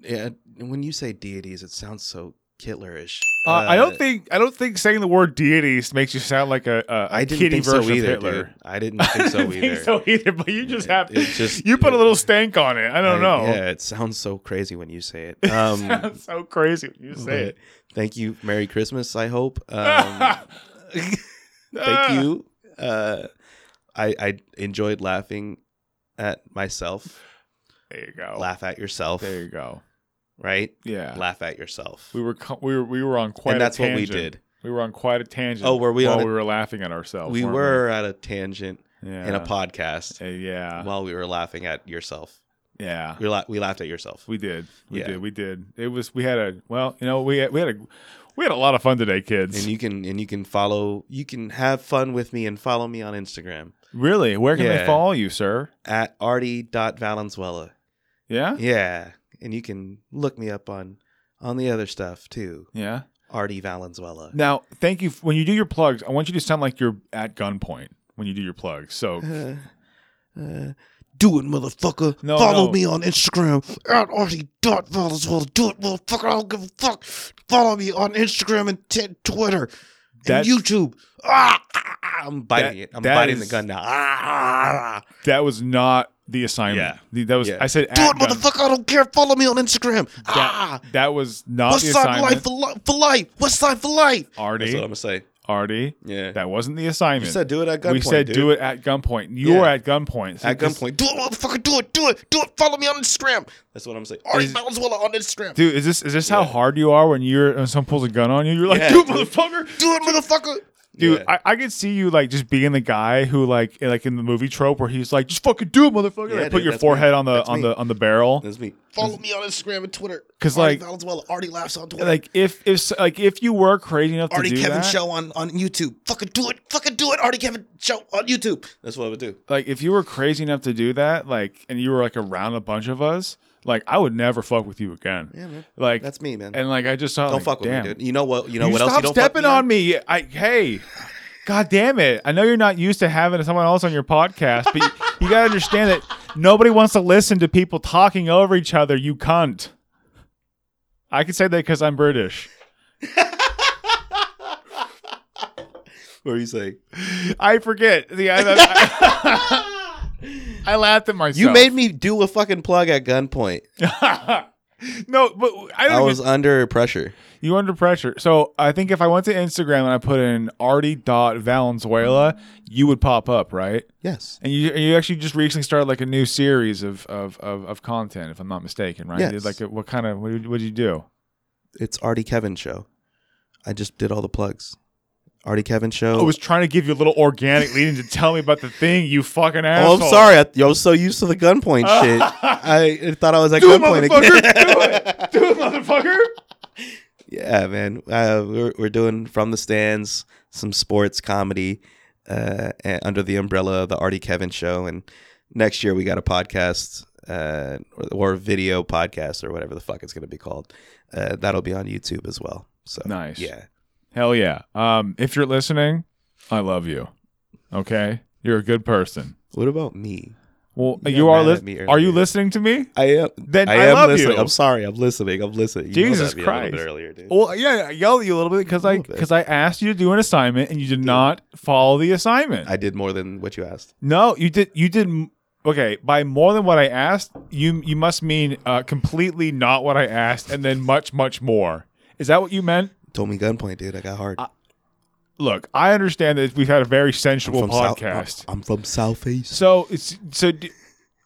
[SPEAKER 2] yeah, when you say deities, it sounds so Hitlerish.
[SPEAKER 1] Uh, I don't think I don't think saying the word deities makes you sound like a, a, a
[SPEAKER 2] I didn't
[SPEAKER 1] kiddie
[SPEAKER 2] think so
[SPEAKER 1] version
[SPEAKER 2] either.
[SPEAKER 1] of Hitler.
[SPEAKER 2] dude. I didn't think so
[SPEAKER 1] I
[SPEAKER 2] either.
[SPEAKER 1] think so either. But you just
[SPEAKER 2] It-
[SPEAKER 1] have
[SPEAKER 2] it just-
[SPEAKER 1] you put a
[SPEAKER 2] it-
[SPEAKER 1] little stank on it. I don't know.
[SPEAKER 2] Yeah, it sounds so crazy when you say it. Um,
[SPEAKER 1] That's so crazy. when You say it.
[SPEAKER 2] but Thank you. Merry Christmas. I hope. Um, thank you. Uh, I I enjoyed laughing at myself.
[SPEAKER 1] There you go.
[SPEAKER 2] Laugh at yourself.
[SPEAKER 1] Oh. There you go.
[SPEAKER 2] Right.
[SPEAKER 1] Yeah.
[SPEAKER 2] Laugh at yourself.
[SPEAKER 1] We were co- we were we were on quite.
[SPEAKER 2] and that's
[SPEAKER 1] a
[SPEAKER 2] what we
[SPEAKER 1] tangent.
[SPEAKER 2] did.
[SPEAKER 1] We were on quite a tangent.
[SPEAKER 2] Oh, were we
[SPEAKER 1] While
[SPEAKER 2] on a-
[SPEAKER 1] we were laughing at ourselves.
[SPEAKER 2] We
[SPEAKER 1] weren't
[SPEAKER 2] were at a tangent
[SPEAKER 1] yeah.
[SPEAKER 2] in a podcast
[SPEAKER 1] Uh, yeah,
[SPEAKER 2] while we were laughing at yourself.
[SPEAKER 1] yeah.
[SPEAKER 2] We, la- we laughed at yourself.
[SPEAKER 1] We did. We
[SPEAKER 2] Yeah.
[SPEAKER 1] did. We did. It was. We had a. Well, you know, we had, we had a. We had a lot of fun today, kids.
[SPEAKER 2] and you can and you can follow you can have fun with me and follow me on Instagram
[SPEAKER 1] really? Where can they
[SPEAKER 2] Yeah.
[SPEAKER 1] follow you, sir?
[SPEAKER 2] at artie.valenzuela.
[SPEAKER 1] Yeah.
[SPEAKER 2] Yeah. And you can look me up on on the other stuff too.
[SPEAKER 1] Yeah.
[SPEAKER 2] Artie Valenzuela.
[SPEAKER 1] Now, thank you. f- When you do your plugs, I want you to sound like you're at gunpoint when you do your plugs. So
[SPEAKER 2] Uh, uh, do it, motherfucker.
[SPEAKER 1] No,
[SPEAKER 2] follow
[SPEAKER 1] no.
[SPEAKER 2] me on Instagram at artie.valenzuela. Do it, motherfucker. I don't give a fuck. Follow me on Instagram and t- Twitter
[SPEAKER 1] That's-
[SPEAKER 2] and YouTube. Ah, ah, ah. I'm
[SPEAKER 1] That-
[SPEAKER 2] biting it. I'm
[SPEAKER 1] that
[SPEAKER 2] biting the
[SPEAKER 1] is-
[SPEAKER 2] gun now. Ah, ah, ah.
[SPEAKER 1] that was not the assignment.
[SPEAKER 2] Yeah.
[SPEAKER 1] The- That was.
[SPEAKER 2] Yeah.
[SPEAKER 1] I said.
[SPEAKER 2] Do
[SPEAKER 1] at
[SPEAKER 2] it,
[SPEAKER 1] gun-
[SPEAKER 2] motherfucker. I don't care. Follow me on Instagram. ah.
[SPEAKER 1] That, that was not
[SPEAKER 2] West
[SPEAKER 1] the
[SPEAKER 2] side
[SPEAKER 1] assignment.
[SPEAKER 2] life for, li- for life. West side for life. That's what I'm
[SPEAKER 1] Artie.
[SPEAKER 2] gonna say.
[SPEAKER 1] Artie.
[SPEAKER 2] Yeah.
[SPEAKER 1] That wasn't the assignment.
[SPEAKER 2] you said do it at gunpoint.
[SPEAKER 1] we said
[SPEAKER 2] dude.
[SPEAKER 1] do it at gunpoint. You
[SPEAKER 2] Yeah.
[SPEAKER 1] were at gunpoint. So
[SPEAKER 2] at
[SPEAKER 1] this-
[SPEAKER 2] gunpoint. Do it, motherfucker. Do it. Do it. Do it. Follow me on Instagram. That's what I'm saying. Artie
[SPEAKER 1] Is-
[SPEAKER 2] Valenzuela on Instagram.
[SPEAKER 1] Dude, is this is this how hard you are when you're when someone pulls a gun on you? You're like,
[SPEAKER 2] Yeah,
[SPEAKER 1] dude,
[SPEAKER 2] dude.
[SPEAKER 1] motherfucker,
[SPEAKER 2] do it, motherfucker.
[SPEAKER 1] dude.
[SPEAKER 2] Yeah.
[SPEAKER 1] I, I could see you like just being the guy who like like in the movie trope where he's like, just fucking do it, motherfucker.
[SPEAKER 2] Yeah,
[SPEAKER 1] like, put
[SPEAKER 2] dude,
[SPEAKER 1] your
[SPEAKER 2] that's
[SPEAKER 1] forehead
[SPEAKER 2] me.
[SPEAKER 1] on the
[SPEAKER 2] That's
[SPEAKER 1] on
[SPEAKER 2] me.
[SPEAKER 1] the on the barrel.
[SPEAKER 2] That's me. Follow me on Instagram and Twitter.
[SPEAKER 1] because
[SPEAKER 2] Artie
[SPEAKER 1] like
[SPEAKER 2] Valenzuela already laughs on Twitter.
[SPEAKER 1] like if if s- like if you were crazy enough
[SPEAKER 2] Artie
[SPEAKER 1] to do
[SPEAKER 2] Kevin
[SPEAKER 1] that,
[SPEAKER 2] show on on YouTube. Fucking do it. Fucking do it. Artie Kevin show on YouTube. That's what I would do.
[SPEAKER 1] like if you were crazy enough to do that, like and you were like around a bunch of us, like I would never fuck with you again.
[SPEAKER 2] Yeah, man.
[SPEAKER 1] Like
[SPEAKER 2] That's me, man.
[SPEAKER 1] And like I just saw,
[SPEAKER 2] don't
[SPEAKER 1] like,
[SPEAKER 2] fuck with
[SPEAKER 1] damn.
[SPEAKER 2] me, dude. You know what? You know what
[SPEAKER 1] stop
[SPEAKER 2] else? You don't
[SPEAKER 1] stepping
[SPEAKER 2] fuck
[SPEAKER 1] on me. I hey, god damn it! I know you're not used to having someone else on your podcast, but you, you gotta understand that nobody wants to listen to people talking over each other. You cunt. I can say that because I'm British.
[SPEAKER 2] What are you saying?
[SPEAKER 1] I forget. The, I, I- I laughed at myself.
[SPEAKER 2] You made me do a fucking plug at gunpoint.
[SPEAKER 1] no, but I don't.
[SPEAKER 2] I
[SPEAKER 1] even-
[SPEAKER 2] was under pressure.
[SPEAKER 1] you under pressure. So I think if I went to Instagram and I put in Artie dot Valenzuela, you would pop up, right?
[SPEAKER 2] Yes.
[SPEAKER 1] And you you actually just recently started like a new series of of of, of content, if I'm not mistaken, right?
[SPEAKER 2] Yes.
[SPEAKER 1] Did, Like what kind of what did, what did you do?
[SPEAKER 2] It's Artie Kevin show. I just did all the plugs. Artie Kevin show.
[SPEAKER 1] I was trying to give you a little organic leading to tell me about the thing, you fucking asshole.
[SPEAKER 2] Oh, I'm sorry. I, yo, I was so used to the gunpoint shit. I thought I was at
[SPEAKER 1] Do it,
[SPEAKER 2] gunpoint
[SPEAKER 1] motherfucker.
[SPEAKER 2] again.
[SPEAKER 1] do it. Do it, motherfucker.
[SPEAKER 2] Yeah, man. Uh, we're, we're doing from the stands, some sports comedy uh, and under the umbrella of the Artie Kevin show. And next year we got a podcast uh, or, or video podcast or whatever the fuck it's going to be called. Uh, that'll be on YouTube as well. So
[SPEAKER 1] Nice.
[SPEAKER 2] Yeah.
[SPEAKER 1] Hell yeah. Um, if you're listening, I love you. Okay, you're a good person.
[SPEAKER 2] What about me?
[SPEAKER 1] Well,
[SPEAKER 2] You
[SPEAKER 1] you,
[SPEAKER 2] got
[SPEAKER 1] are.
[SPEAKER 2] mad
[SPEAKER 1] Li-
[SPEAKER 2] at me
[SPEAKER 1] are you
[SPEAKER 2] earlier.
[SPEAKER 1] listening to me?
[SPEAKER 2] I am.
[SPEAKER 1] Then
[SPEAKER 2] I,
[SPEAKER 1] I
[SPEAKER 2] am
[SPEAKER 1] love
[SPEAKER 2] listening.
[SPEAKER 1] you.
[SPEAKER 2] I'm sorry. I'm listening. I'm listening. You
[SPEAKER 1] Jesus
[SPEAKER 2] yelled at me a little bit
[SPEAKER 1] Christ.
[SPEAKER 2] earlier, dude.
[SPEAKER 1] Well, yeah, I yelled at you a little bit because I
[SPEAKER 2] little bit.
[SPEAKER 1] because I asked you to do an assignment and you did not follow the assignment.
[SPEAKER 2] I did more than what you asked.
[SPEAKER 1] no, you did. You did. m- Okay, by more than what I asked, you you must mean uh, completely not what I asked, and then much much more. Is that what you meant?
[SPEAKER 2] Told me gunpoint, dude. I got hard.
[SPEAKER 1] Look, I understand that we've had a very
[SPEAKER 2] I'm
[SPEAKER 1] sensual
[SPEAKER 2] from South-
[SPEAKER 1] podcast.
[SPEAKER 2] I'm from Southeast.
[SPEAKER 1] so it's so d-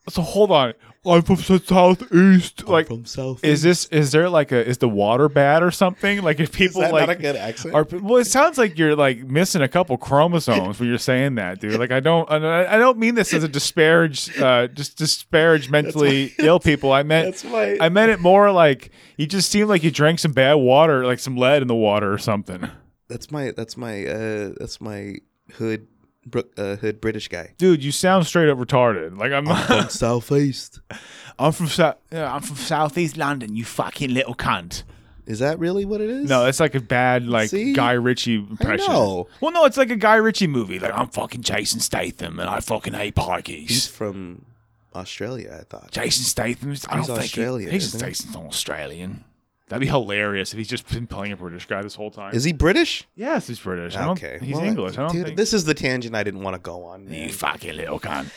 [SPEAKER 1] so. Hold on. I'm from the southeast.
[SPEAKER 2] I'm
[SPEAKER 1] Like,
[SPEAKER 2] from South.
[SPEAKER 1] is this is there like a is the water bad or something? Like, if people
[SPEAKER 2] that
[SPEAKER 1] like
[SPEAKER 2] not a good accent?
[SPEAKER 1] Are, well, it sounds like you're like missing a couple chromosomes when you're saying that, dude. Like I don't, I I don't mean this as a disparage, uh, just disparage mentally ill people. I meant,
[SPEAKER 2] That's why-
[SPEAKER 1] I meant it more like you just seemed like you drank some bad water, like some lead in the water or something,
[SPEAKER 2] That's my that's my uh that's my hood Brook uh, hood British guy.
[SPEAKER 1] dude. You sound straight up retarded. Like I'm,
[SPEAKER 2] From Southeast.
[SPEAKER 1] I'm from, Sou- yeah, I'm from Southeast London. You fucking little cunt.
[SPEAKER 2] Is that really what it is?
[SPEAKER 1] No, it's like a bad like
[SPEAKER 2] See?
[SPEAKER 1] Guy Ritchie impression.
[SPEAKER 2] know.
[SPEAKER 1] Well, no, it's like a Guy Ritchie movie. Like I'm fucking Jason Statham, and I fucking hate
[SPEAKER 2] he's
[SPEAKER 1] parkies.
[SPEAKER 2] from Australia, I thought.
[SPEAKER 1] Jason Statham. I
[SPEAKER 2] He's
[SPEAKER 1] don't think
[SPEAKER 2] Australian,
[SPEAKER 1] He, Jason
[SPEAKER 2] isn't he?
[SPEAKER 1] Statham's not Australian. That'd be hilarious if he's just been playing a British guy this whole time.
[SPEAKER 2] Is he British?
[SPEAKER 1] yes, he's British. I don't,
[SPEAKER 2] okay.
[SPEAKER 1] he's
[SPEAKER 2] Well,
[SPEAKER 1] English. I don't
[SPEAKER 2] dude,
[SPEAKER 1] think.
[SPEAKER 2] this is the tangent I didn't want to go on. man.
[SPEAKER 1] you fucking little cunt.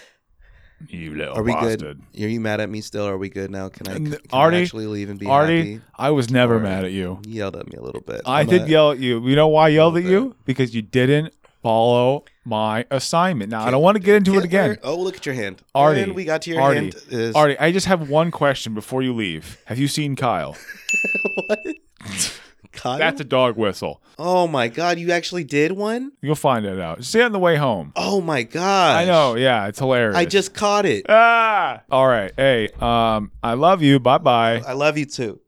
[SPEAKER 1] You little
[SPEAKER 2] Are we
[SPEAKER 1] bastard.
[SPEAKER 2] good? Are you mad at me still? Are we good now? Can I,
[SPEAKER 1] N-
[SPEAKER 2] can
[SPEAKER 1] Artie-
[SPEAKER 2] I actually leave and be
[SPEAKER 1] Artie,
[SPEAKER 2] happy?
[SPEAKER 1] I was never
[SPEAKER 2] Or-
[SPEAKER 1] mad at you.
[SPEAKER 2] You yelled at me a little bit.
[SPEAKER 1] I
[SPEAKER 2] I'm
[SPEAKER 1] did
[SPEAKER 2] not-
[SPEAKER 1] yell at you. You know why I yelled at
[SPEAKER 2] bit.
[SPEAKER 1] you? Because you didn't follow my assignment. Now I don't want to get into it
[SPEAKER 2] Can't
[SPEAKER 1] again.
[SPEAKER 2] learn- Oh, look at your hand.
[SPEAKER 1] Artie,
[SPEAKER 2] And we got to your
[SPEAKER 1] Artie,
[SPEAKER 2] hand. is-
[SPEAKER 1] Artie, I just have one question before you leave. Have you seen Kyle?
[SPEAKER 2] what? Kyle?
[SPEAKER 1] That's a dog whistle.
[SPEAKER 2] oh my god, you actually did one?
[SPEAKER 1] You'll find it out. See it on the way home.
[SPEAKER 2] Oh my god.
[SPEAKER 1] I know. Yeah, it's hilarious.
[SPEAKER 2] I just caught it.
[SPEAKER 1] ah. All right. Hey. Um. I love you. Bye bye.
[SPEAKER 2] I love you too.